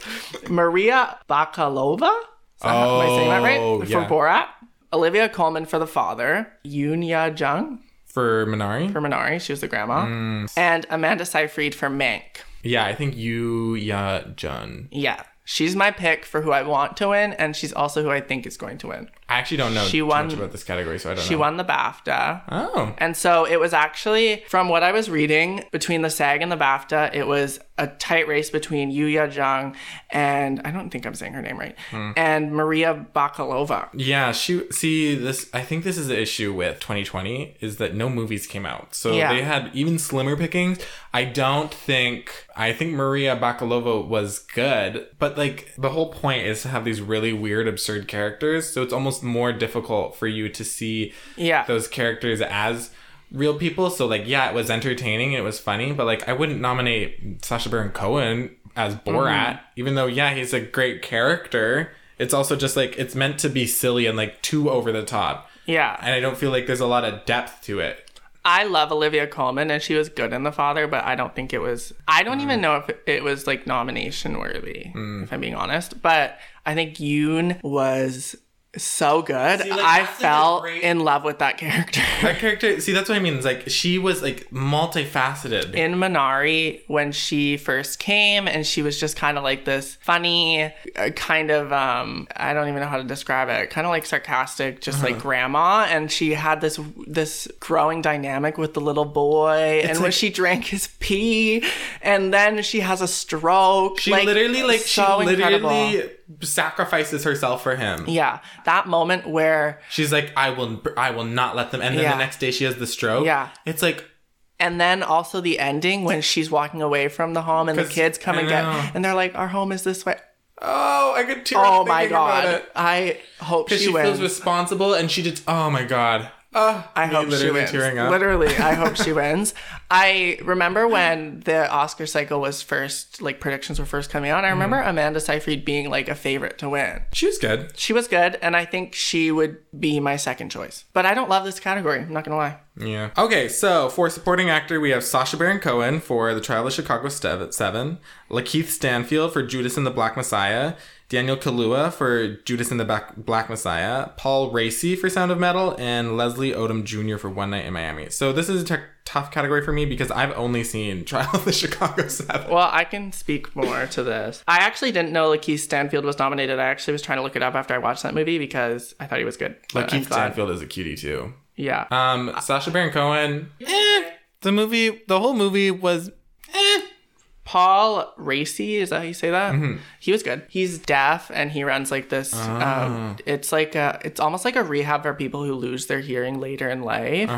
A: Maria Bakalova. Is that how- am I saying that
B: Oh,
A: right?
B: yeah.
A: For Borat. Olivia Coleman for the father. Yoon Ya Jung
B: For Minari,
A: for Minari. She was the grandma.
B: Mm.
A: And Amanda Seyfried for Mank.
B: yeah, I think Yu Ya Jun.
A: Yeah. She's my pick for who I want to win, and she's also who I think is going to win.
B: I actually don't know
A: She
B: too
A: won-
B: much about this category, so I don't
A: She
B: know.
A: won the BAFTA.
B: Oh,
A: And so it was actually, from what I was reading, between the SAG and the BAFTA, it was a tight race between Yuya Zhang and I don't think I'm saying her name right,
B: Hmm.
A: and Maria Bakalova.
B: Yeah, she see this. I think this is the issue with 2020 is that no movies came out, so
A: Yeah.
B: they had even slimmer pickings. I don't think I think Maria Bakalova was good, but like the whole point is to have these really weird, absurd characters. So it's almost more difficult for you to see
A: Yeah.
B: those characters as real people. So like, yeah, it was entertaining, it was funny, but like I wouldn't nominate Sasha Baron Cohen as
A: Mm-hmm.
B: Borat, even though yeah, he's a great character. It's also just like it's meant to be silly and like too over the top.
A: Yeah.
B: And I don't feel like there's a lot of depth to it.
A: I love Olivia Colman and she was good in The Father, but I don't think it was, I don't
B: Hmm.
A: even know if it was like nomination worthy, if I'm being honest. But I think Yoon was so good.
B: like,
A: I
B: that's, like, a
A: fell
B: great-
A: in love with that character.
B: That character, see, that's what I mean. It's like she was like multifaceted.
A: in Minari when she first came, and she was just kind of like this funny, uh, kind of um, I don't even know how to describe it, kind of like sarcastic, just
B: Uh-huh.
A: like grandma. And she had this this growing dynamic with the little boy, and when
B: like-
A: she drank his pee, and then she has a stroke.
B: she literally, like, she literally sacrifices herself for him.
A: Yeah, that moment where
B: She's like, I will, I will not let them. And then
A: Yeah.
B: the next day, she has the stroke.
A: Yeah.
B: it's like,
A: and then also the ending when she's walking away from the home and the
B: 'Cause-
A: kids come
B: I
A: and
B: know.
A: get and they're like, our home is this way.
B: Oh, I could tear up
A: Oh my
B: thinking about
A: god!
B: it.
A: I hope she,
B: Because she,
A: wins.
B: feels responsible and she just, oh my god. Uh,
A: I hope she
B: literally
A: wins.
B: tearing up.
A: Literally, I hope she wins. I remember when the Oscar cycle was first, like predictions were first coming out. I remember
B: Mm-hmm.
A: Amanda Seyfried being like a favorite to win.
B: she was good.
A: She was good, and I think she would be my second choice. But I don't love this category. I'm not gonna lie.
B: Yeah. Okay, so for supporting actor, we have Sasha Baron Cohen for The Trial of Chicago Stev at seven, Lakeith Stanfield for Judas and the Black Messiah, Daniel Kalua for Judas and the Black, Black Messiah, Paul Racy for Sound of Metal, and Leslie Odom Jr. for One Night in Miami. So this is a t- tough category for me because I've only seen Trial of the Chicago Seven.
A: Well, I can speak more to this. I actually didn't know Lakeith Stanfield was nominated. I actually was trying to look it up after I watched that movie because I thought he was good. But I'm
B: Lakeith
A: glad-
B: Stanfield is a cutie too.
A: Yeah.
B: Um, Sasha Baron Cohen. Eh, the movie, the whole movie was. Eh.
A: Paul Racy, is that how you say that? He was good. He's deaf and he runs like this. Um, it's like a, it's almost like a rehab for people who lose their hearing later in life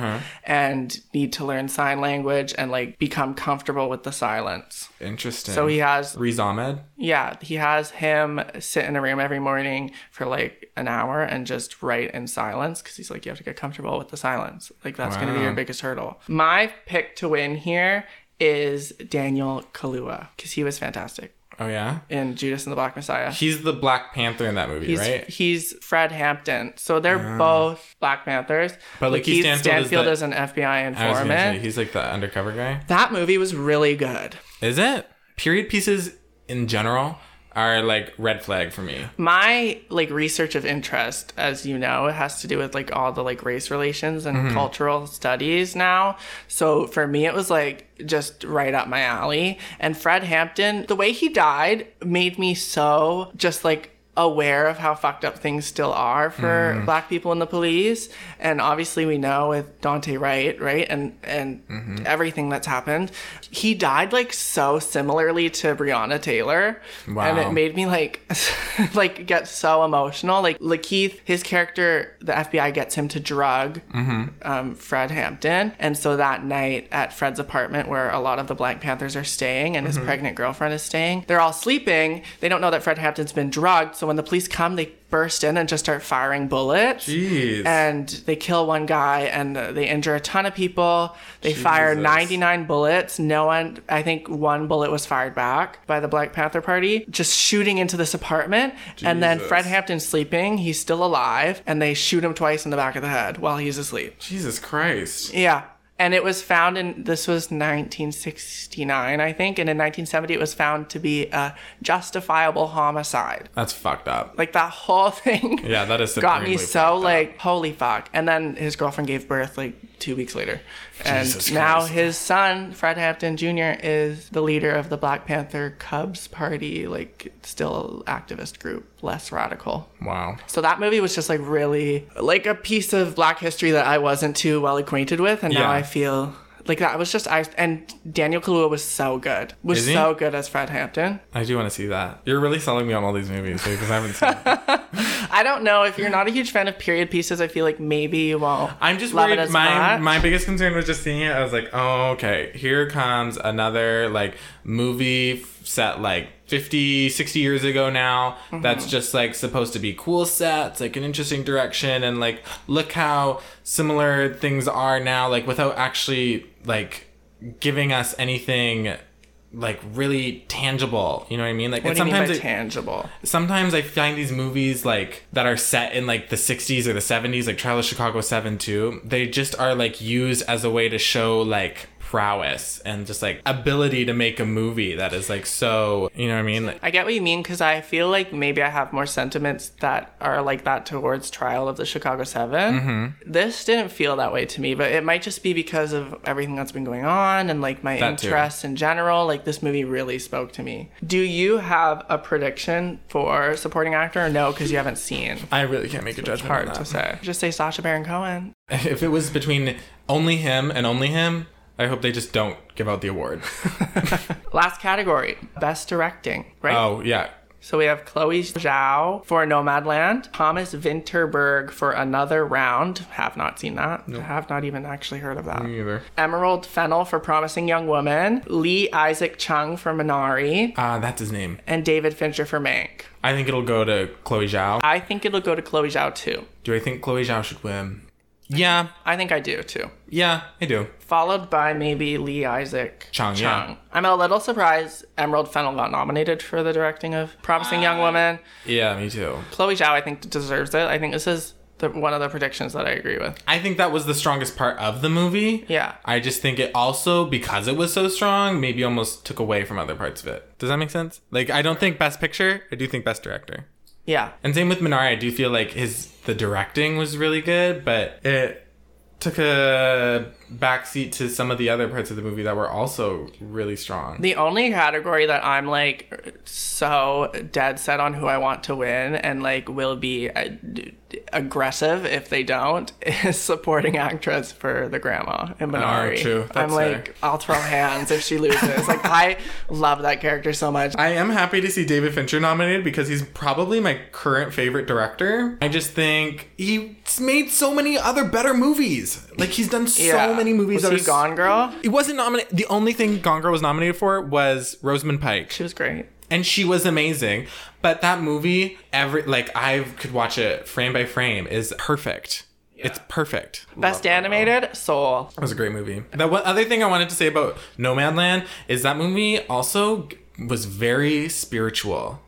A: and need to learn sign language and like become comfortable with the silence.
B: Interesting.
A: So he has,
B: Riz Ahmed.
A: yeah, he has him sit in a room every morning for like an hour and just write in silence because he's like, you have to get comfortable with the silence. Like that's going to be
B: Wow.
A: your biggest hurdle. My pick to win here is Daniel Kalua because he was fantastic
B: Oh yeah.
A: in Judas and the Black Messiah.
B: He's the Black Panther in that movie,
A: He's,
B: right?
A: he's Fred Hampton. So they're both Black Panthers.
B: But Lakeith
A: Lakeith
B: Stanfield is
A: Stanfield
B: the-
A: is, an FBI
B: I was gonna say
A: informant.
B: he's like the undercover guy.
A: That movie was really good.
B: Is it? Period pieces in general are like red flag for me.
A: My like research of interest, as you know, it has to do with like all the like race relations and cultural studies now. So for me, it was like just right up my alley. And Fred Hampton, the way he died, made me so just like aware of how fucked up things still are for black people in the police and obviously we know with Dante Wright right and and everything that's happened he died like so similarly to Breonna Taylor and
B: Wow.
A: it made me like like get so emotional like Lakeith his character the FBI gets him to drug um, Fred Hampton. And so that night at Fred's apartment, where a lot of the Black Panthers are staying and his pregnant girlfriend is staying, they're all sleeping. They don't know that Fred Hampton's been drugged. So when the police come, they burst in and just start firing bullets.
B: Jeez.
A: And they kill one guy and uh, they injure a ton of people. They fire
B: Jesus.
A: 99 bullets. No one, I think one bullet was fired back by the Black Panther Party, just shooting into this apartment. And then
B: Jesus.
A: Fred Hampton's sleeping. He's still alive. And they shoot him twice in the back of the head while he's asleep.
B: Jesus Christ.
A: Yeah. And it was found in, this was 1969, I think. And in 1970, it was found to be a justifiable homicide.
B: That's fucked up.
A: Like that whole thing
B: Yeah, that is
A: got me
B: supremely
A: so
B: fucked up.
A: like, holy fuck. And then his girlfriend gave birth like two weeks later. And
B: Jesus
A: now
B: Christ.
A: his son, Fred Hampton Jr., is the leader of the Black Panther Cubs Party, like still activist group, less radical.
B: Wow.
A: So that movie was just like really like a piece of black history that I wasn't too well acquainted with, and
B: Yeah.
A: now I feel like that was just I and Daniel Kaluuya was so good, was
B: Is he?
A: so good as Fred Hampton.
B: I do want to see that. You're really selling me on all these movies because I haven't seen. them.
A: I don't know if you're not a huge fan of period pieces, I feel like maybe you won't.
B: I'm just
A: Love it
B: worried.
A: as
B: My
A: much.
B: my biggest concern was just seeing it. I was like, oh okay, here comes another like movie f- set like 50, 60 years ago now.
A: Mm-hmm.
B: That's just like supposed to be cool sets, like an interesting direction, and like look how similar things are now, like without actually like giving us anything like really tangible. You know what I mean? Like
A: what
B: it's
A: do you mean by
B: sometimes it-
A: tangible?
B: sometimes I find these movies like that are set in like the 60s or the 70s, like Trial of Chicago 7 too. They just are like used as a way to show like prowess and just like ability to make a movie that is like so, you know what I mean? Like,
A: I get what you mean because I feel like maybe I have more sentiments that are like that towards Trial of the Chicago 7 This didn't feel that way to me, but it might just be because of everything that's been going on and like my
B: That too.
A: interests in general. Like this movie really spoke to me. Do you have a prediction for supporting actor or no? Because you haven't seen.
B: I really can't make a judgment
A: Hard
B: on
A: to say.
B: that.
A: Just say Sasha Baron Cohen.
B: If it was between only him and only him, I hope they just don't give out the award.
A: Last category, best directing, right?
B: oh, yeah.
A: So we have Chloe Zhao for Nomadland, Thomas Vinterberg for Another Round. Have not seen that. Have not even actually heard of that.
B: Me either.
A: Emerald Fennel for Promising Young Woman, Lee Isaac Chung for Minari,
B: Uh, that's his name.
A: and David Fincher for Mank.
B: I think it'll go to Chloe Zhao.
A: I think it'll go to Chloe Zhao too.
B: Do I think Chloe Zhao should win? Yeah,
A: I think I do too.
B: yeah, I do.
A: Followed by maybe Lee Isaac
B: Chung, yeah.
A: I'm a little surprised Emerald Fennel got nominated for the directing of Promising Young Woman.
B: Yeah, me too.
A: Chloe Zhao, I think, deserves it. I think this is the, one of the predictions that I agree with.
B: I think that was the strongest part of the movie.
A: Yeah.
B: I just think it also, because it was so strong, maybe almost took away from other parts of it. Does that make sense? Like, I don't think Best Picture, I do think Best Director.
A: Yeah.
B: And same with Minari, I do feel like his the directing was really good, but it took a backseat to some of the other parts of the movie that were also really strong.
A: The only category that I'm like so dead set on who I want to win and like will be uh, d- aggressive if they don't is supporting actress for the grandma in Minari.
B: Oh, true.
A: I'm
B: That's
A: like,
B: fair.
A: I'll throw hands if she loses. like, I love that character so much.
B: I am happy to see David Fincher nominated because he's probably my current favorite director. I just think he's made so many other better movies. Like he's done so many movies.
A: Was
B: that
A: he
B: are s-
A: Gone Girl?
B: It wasn't nominated. The only thing Gone Girl was nominated for was Rosamund Pike,
A: She was great.
B: and she was amazing. But that movie, every like I could watch it frame by frame, is perfect. It's perfect.
A: Best
B: Love Gone Girl.
A: animated, Soul.
B: That was a great movie. The one other thing I wanted to say about Nomadland is that movie also was very spiritual.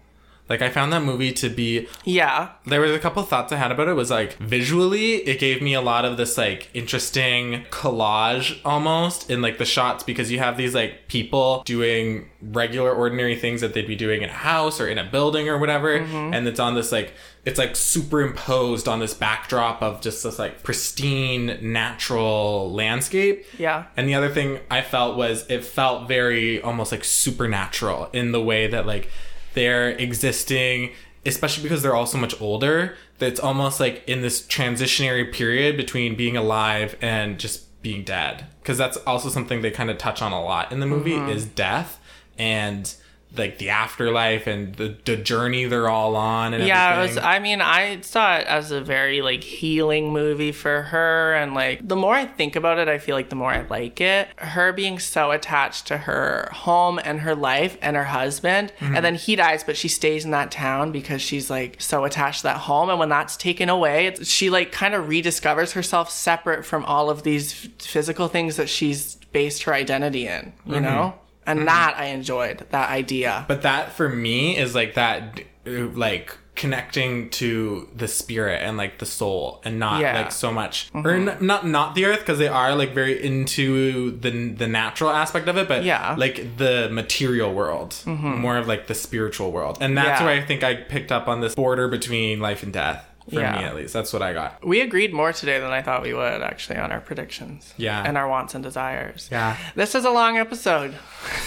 B: Like I found that movie to be
A: Yeah.
B: there was a couple thoughts I had about it was like visually it gave me a lot of this like interesting collage almost in like the shots because you have these like people doing regular ordinary things that they'd be doing in a house or in a building or whatever and it's on this like it's like superimposed on this backdrop of just this like pristine natural landscape
A: Yeah.
B: and the other thing I felt was it felt very almost like supernatural in the way that like they're existing, especially because they're all so much older, that it's almost like in this transitionary period between being alive and just being dead. Because that's also something they kind of touch on a lot in the movie
A: Mm-hmm.
B: is death and like the afterlife and the, the journey they're all on and
A: Yeah, it was,
B: everything.
A: I mean, I saw it as a very like healing movie for her, and like the more I think about it, I feel like the more I like it. Her being so attached to her home and her life and her husband, and then he dies, but she stays in that town because she's like so attached to that home. And when that's taken away, it's, she like kind of rediscovers herself separate from all of these f- physical things that she's based her identity in. You know. And that I enjoyed that idea.
B: but that for me is like that uh, like connecting to the spirit and like the soul and not
A: Yeah. Mm-hmm.
B: like so much or n- not not the earth because they are like very into the the natural aspect of it but
A: Yeah. Mm-hmm.
B: like the material world more of like the spiritual world and that's
A: Yeah.
B: where i think i picked up on this border between life and death for
A: Yeah.
B: me at least that's what i got
A: We agreed more today than I thought we would, actually, on our predictions.
B: Yeah.
A: And our wants and desires.
B: Yeah.
A: This is a long episode.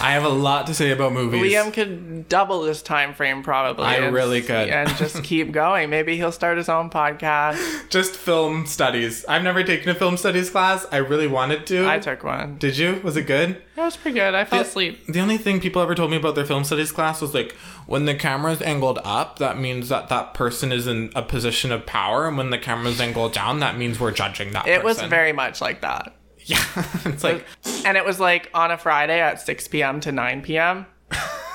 B: i have a lot to say about movies
A: Liam could double this time frame probably.
B: I
A: and-
B: really could.
A: And just keep going. Maybe he'll start his own podcast.
B: just film studies i've never taken a film studies class i really wanted to
A: I took one.
B: did you was it good
A: That was pretty good. I fell asleep.
B: The only thing people ever told me about their film studies class was like, when the camera's angled up, that means that that person is in a position of power, and when the camera's angled down, that means we're judging that.
A: It was
B: person.
A: very much like that.
B: yeah. it's like
A: And it was like on a Friday at 6 p.m. to 9 p.m.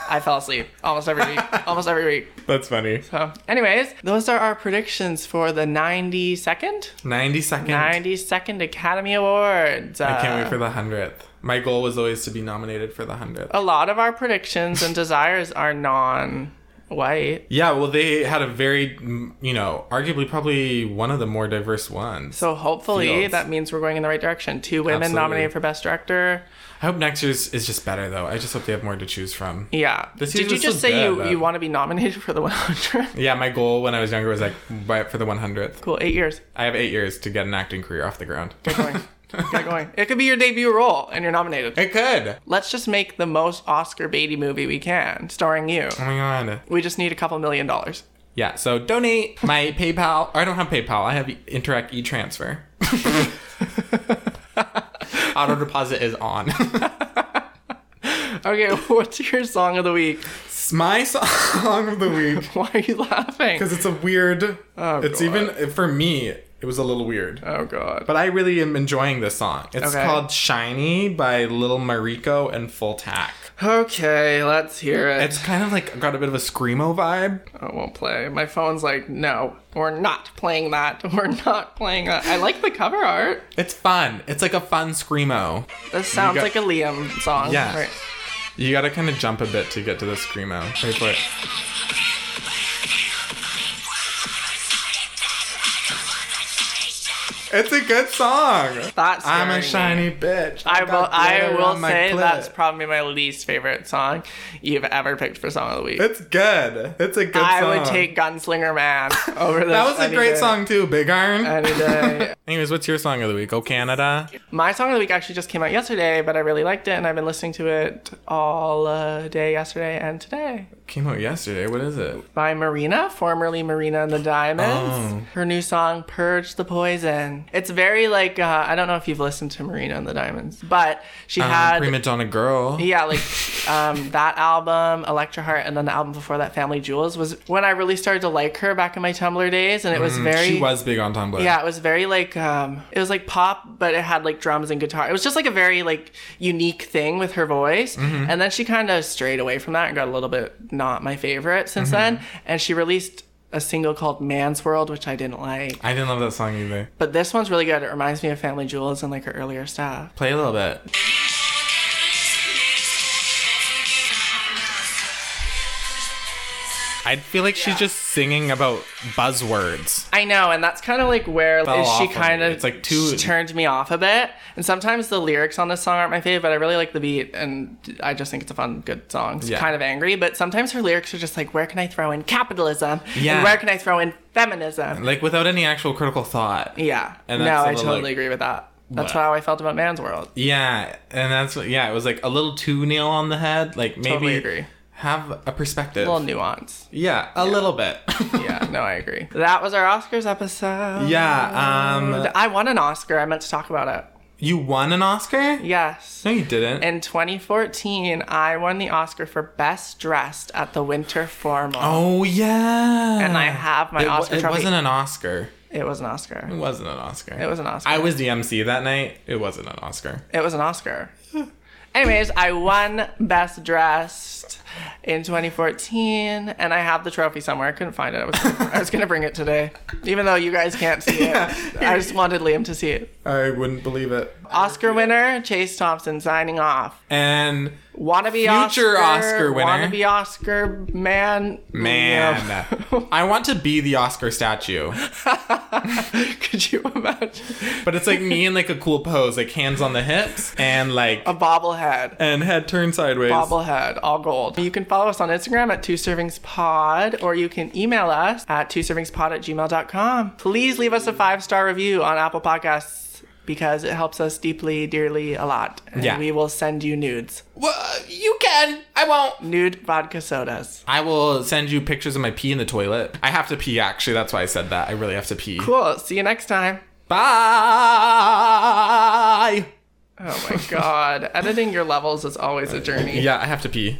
A: I fell asleep almost every week. Almost every week.
B: that's funny.
A: So, anyways, those are our predictions for the 92nd.
B: Ninety second.
A: 92nd Academy Awards. Uh,
B: I can't wait for the hundredth. My goal was always to be nominated for the hundredth.
A: a lot of our predictions and desires are non-white.
B: Yeah, well, they had a very, mm, you know, arguably probably one of the more diverse ones.
A: So hopefully
B: Fields.
A: that means we're going in the right direction. Two women
B: Absolutely.
A: nominated for best director.
B: I hope next year's is just better though. I just hope they have more to choose from.
A: Yeah.
B: This
A: Did
B: season
A: you
B: was
A: just
B: so
A: say you,
B: good, but-
A: you want to be nominated for the 100?
B: Yeah, my goal when I was younger was like, right for the one hundredth.
A: cool. Eight years.
B: I have eight years to get an acting career off the ground.
A: Get going. Get going. It could be your debut role and you're nominated.
B: It could.
A: Let's just make the most Oscar Beatty movie we can, starring you.
B: Oh my god.
A: We just need a couple million dollars.
B: Yeah. So donate my PayPal. Or I don't have PayPal. I have Interact e-transfer. Auto deposit is on.
A: Okay, what's your song of the week?
B: It's my song of the week
A: Why are you laughing?
B: because it's a weird.
A: Oh,
B: it's
A: God.
B: even for me. It was a little weird.
A: Oh god.
B: But I really am enjoying this song. It's
A: Okay.
B: called Shiny by Little Mariko and Full Tack.
A: Okay, let's hear it.
B: It's kind of like got a bit of a screamo vibe.
A: I won't play. My phone's like, no, we're not playing that. We're not playing that. I like the cover art.
B: It's fun. It's like a fun screamo.
A: This sounds
B: got-
A: like a Liam song.
B: Yeah.
A: Right.
B: You gotta kind of jump a bit to get to the screamo. Wait for it. It's a good song.
A: That's
B: I'm a
A: very
B: shiny bitch.
A: I will.
B: got
A: I
B: glitter
A: will
B: on my
A: say
B: clit.
A: that's probably my least favorite song you've ever picked for song of the week.
B: It's good. It's a good
A: I
B: song.
A: would take Gunslinger Man over this.
B: That was a
A: any
B: great
A: day.
B: song too, Big Iron.
A: Any day.
B: Anyways, what's your song of the week? Oh Canada.
A: my song of the week actually just came out yesterday, but I really liked it, and I've been listening to it all uh, day yesterday and today.
B: Came out yesterday. What is it?
A: by Marina, formerly Marina and the Diamonds.
B: Oh.
A: Her new song, Purge the Poison. It's very like, uh, I don't know if you've listened to Marina and the Diamonds, but she
B: um,
A: had.
B: Prima Donna Girl.
A: yeah, like um, that album, Electra Heart, and then the album before that, Family Jewels, was when I really started to like her back in my Tumblr days, and it was very.
B: Mm, She was big on Tumblr.
A: Yeah, it was very like um it was like pop, but it had like drums and guitar. It was just like a very like unique thing with her voice. And then she kind of strayed away from that and got a little bit not my favorite since then. And she released a single called Man's World, which I didn't like.
B: I didn't love that song either.
A: But this one's really good. It reminds me of Family Jewels and like her earlier stuff.
B: Play a little bit. I feel like she's just singing about buzzwords.
A: I know, and that's kind of like where
B: Fell
A: is she
B: off on
A: kind of
B: me. It's like too-
A: turned me off a bit. And sometimes the lyrics on this song aren't my favorite, but I really like the beat, and I just think it's a fun, good song. It's
B: Yeah.
A: kind of angry, but sometimes her lyrics are just like, where can I throw in capitalism?
B: Yeah.
A: And where can I throw in feminism?
B: Like without any actual critical thought.
A: Yeah.
B: And
A: no,
B: that's a
A: I
B: little,
A: totally
B: like,
A: agree with that. That's
B: what?
A: how I felt about Man's World.
B: Yeah, and that's what, yeah, it was like a little too nail on the head. Like maybe
A: Totally agree.
B: have a perspective.
A: A little nuance.
B: yeah, a little bit.
A: Yeah, no, I agree. That was our Oscars episode.
B: yeah, um
A: I won an Oscar. I meant to talk about it.
B: you won an Oscar?
A: Yes.
B: No, you didn't.
A: In 2014, I won the Oscar for Best Dressed at the Winter Formal.
B: oh yeah.
A: And I have my
B: it, wa-
A: Oscar
B: It
A: trophy.
B: wasn't an Oscar.
A: It was an
B: It
A: Oscar.
B: wasn't an Oscar.
A: It was an Oscar.
B: I was the MC that night. It wasn't an Oscar.
A: It was an Oscar. Anyways, I won Best Dressed in 2014, and I have the trophy somewhere. I couldn't find it. I was I was gonna bring it today, even though you guys can't see it. I just wanted Liam to see it.
B: I wouldn't believe it.
A: Oscar winner Chase Thompson signing off.
B: And
A: Wannabe
B: Future Oscar winner.
A: Wannabe Oscar man.
B: man, I want to be the Oscar statue,
A: Could you imagine?
B: but it's like me in like a cool pose, like hands on the hips and like
A: A bobblehead.
B: and head turned sideways.
A: Bobblehead, all gold. You can follow us on Instagram at Two Servings Pod, or you can email us at two servingspod at gmail.com. Please leave us a five star review on Apple Podcasts because it helps us deeply, dearly, a lot. And
B: Yeah.
A: we will send you nudes.
B: Well, you can. I won't.
A: Nude vodka sodas.
B: I will send you pictures of my pee in the toilet. I have to pee. Actually, that's why I said that. I really have to pee.
A: Cool. See you next time.
B: Bye.
A: Oh my God. Editing your levels is always a journey.
B: Yeah, I have to pee.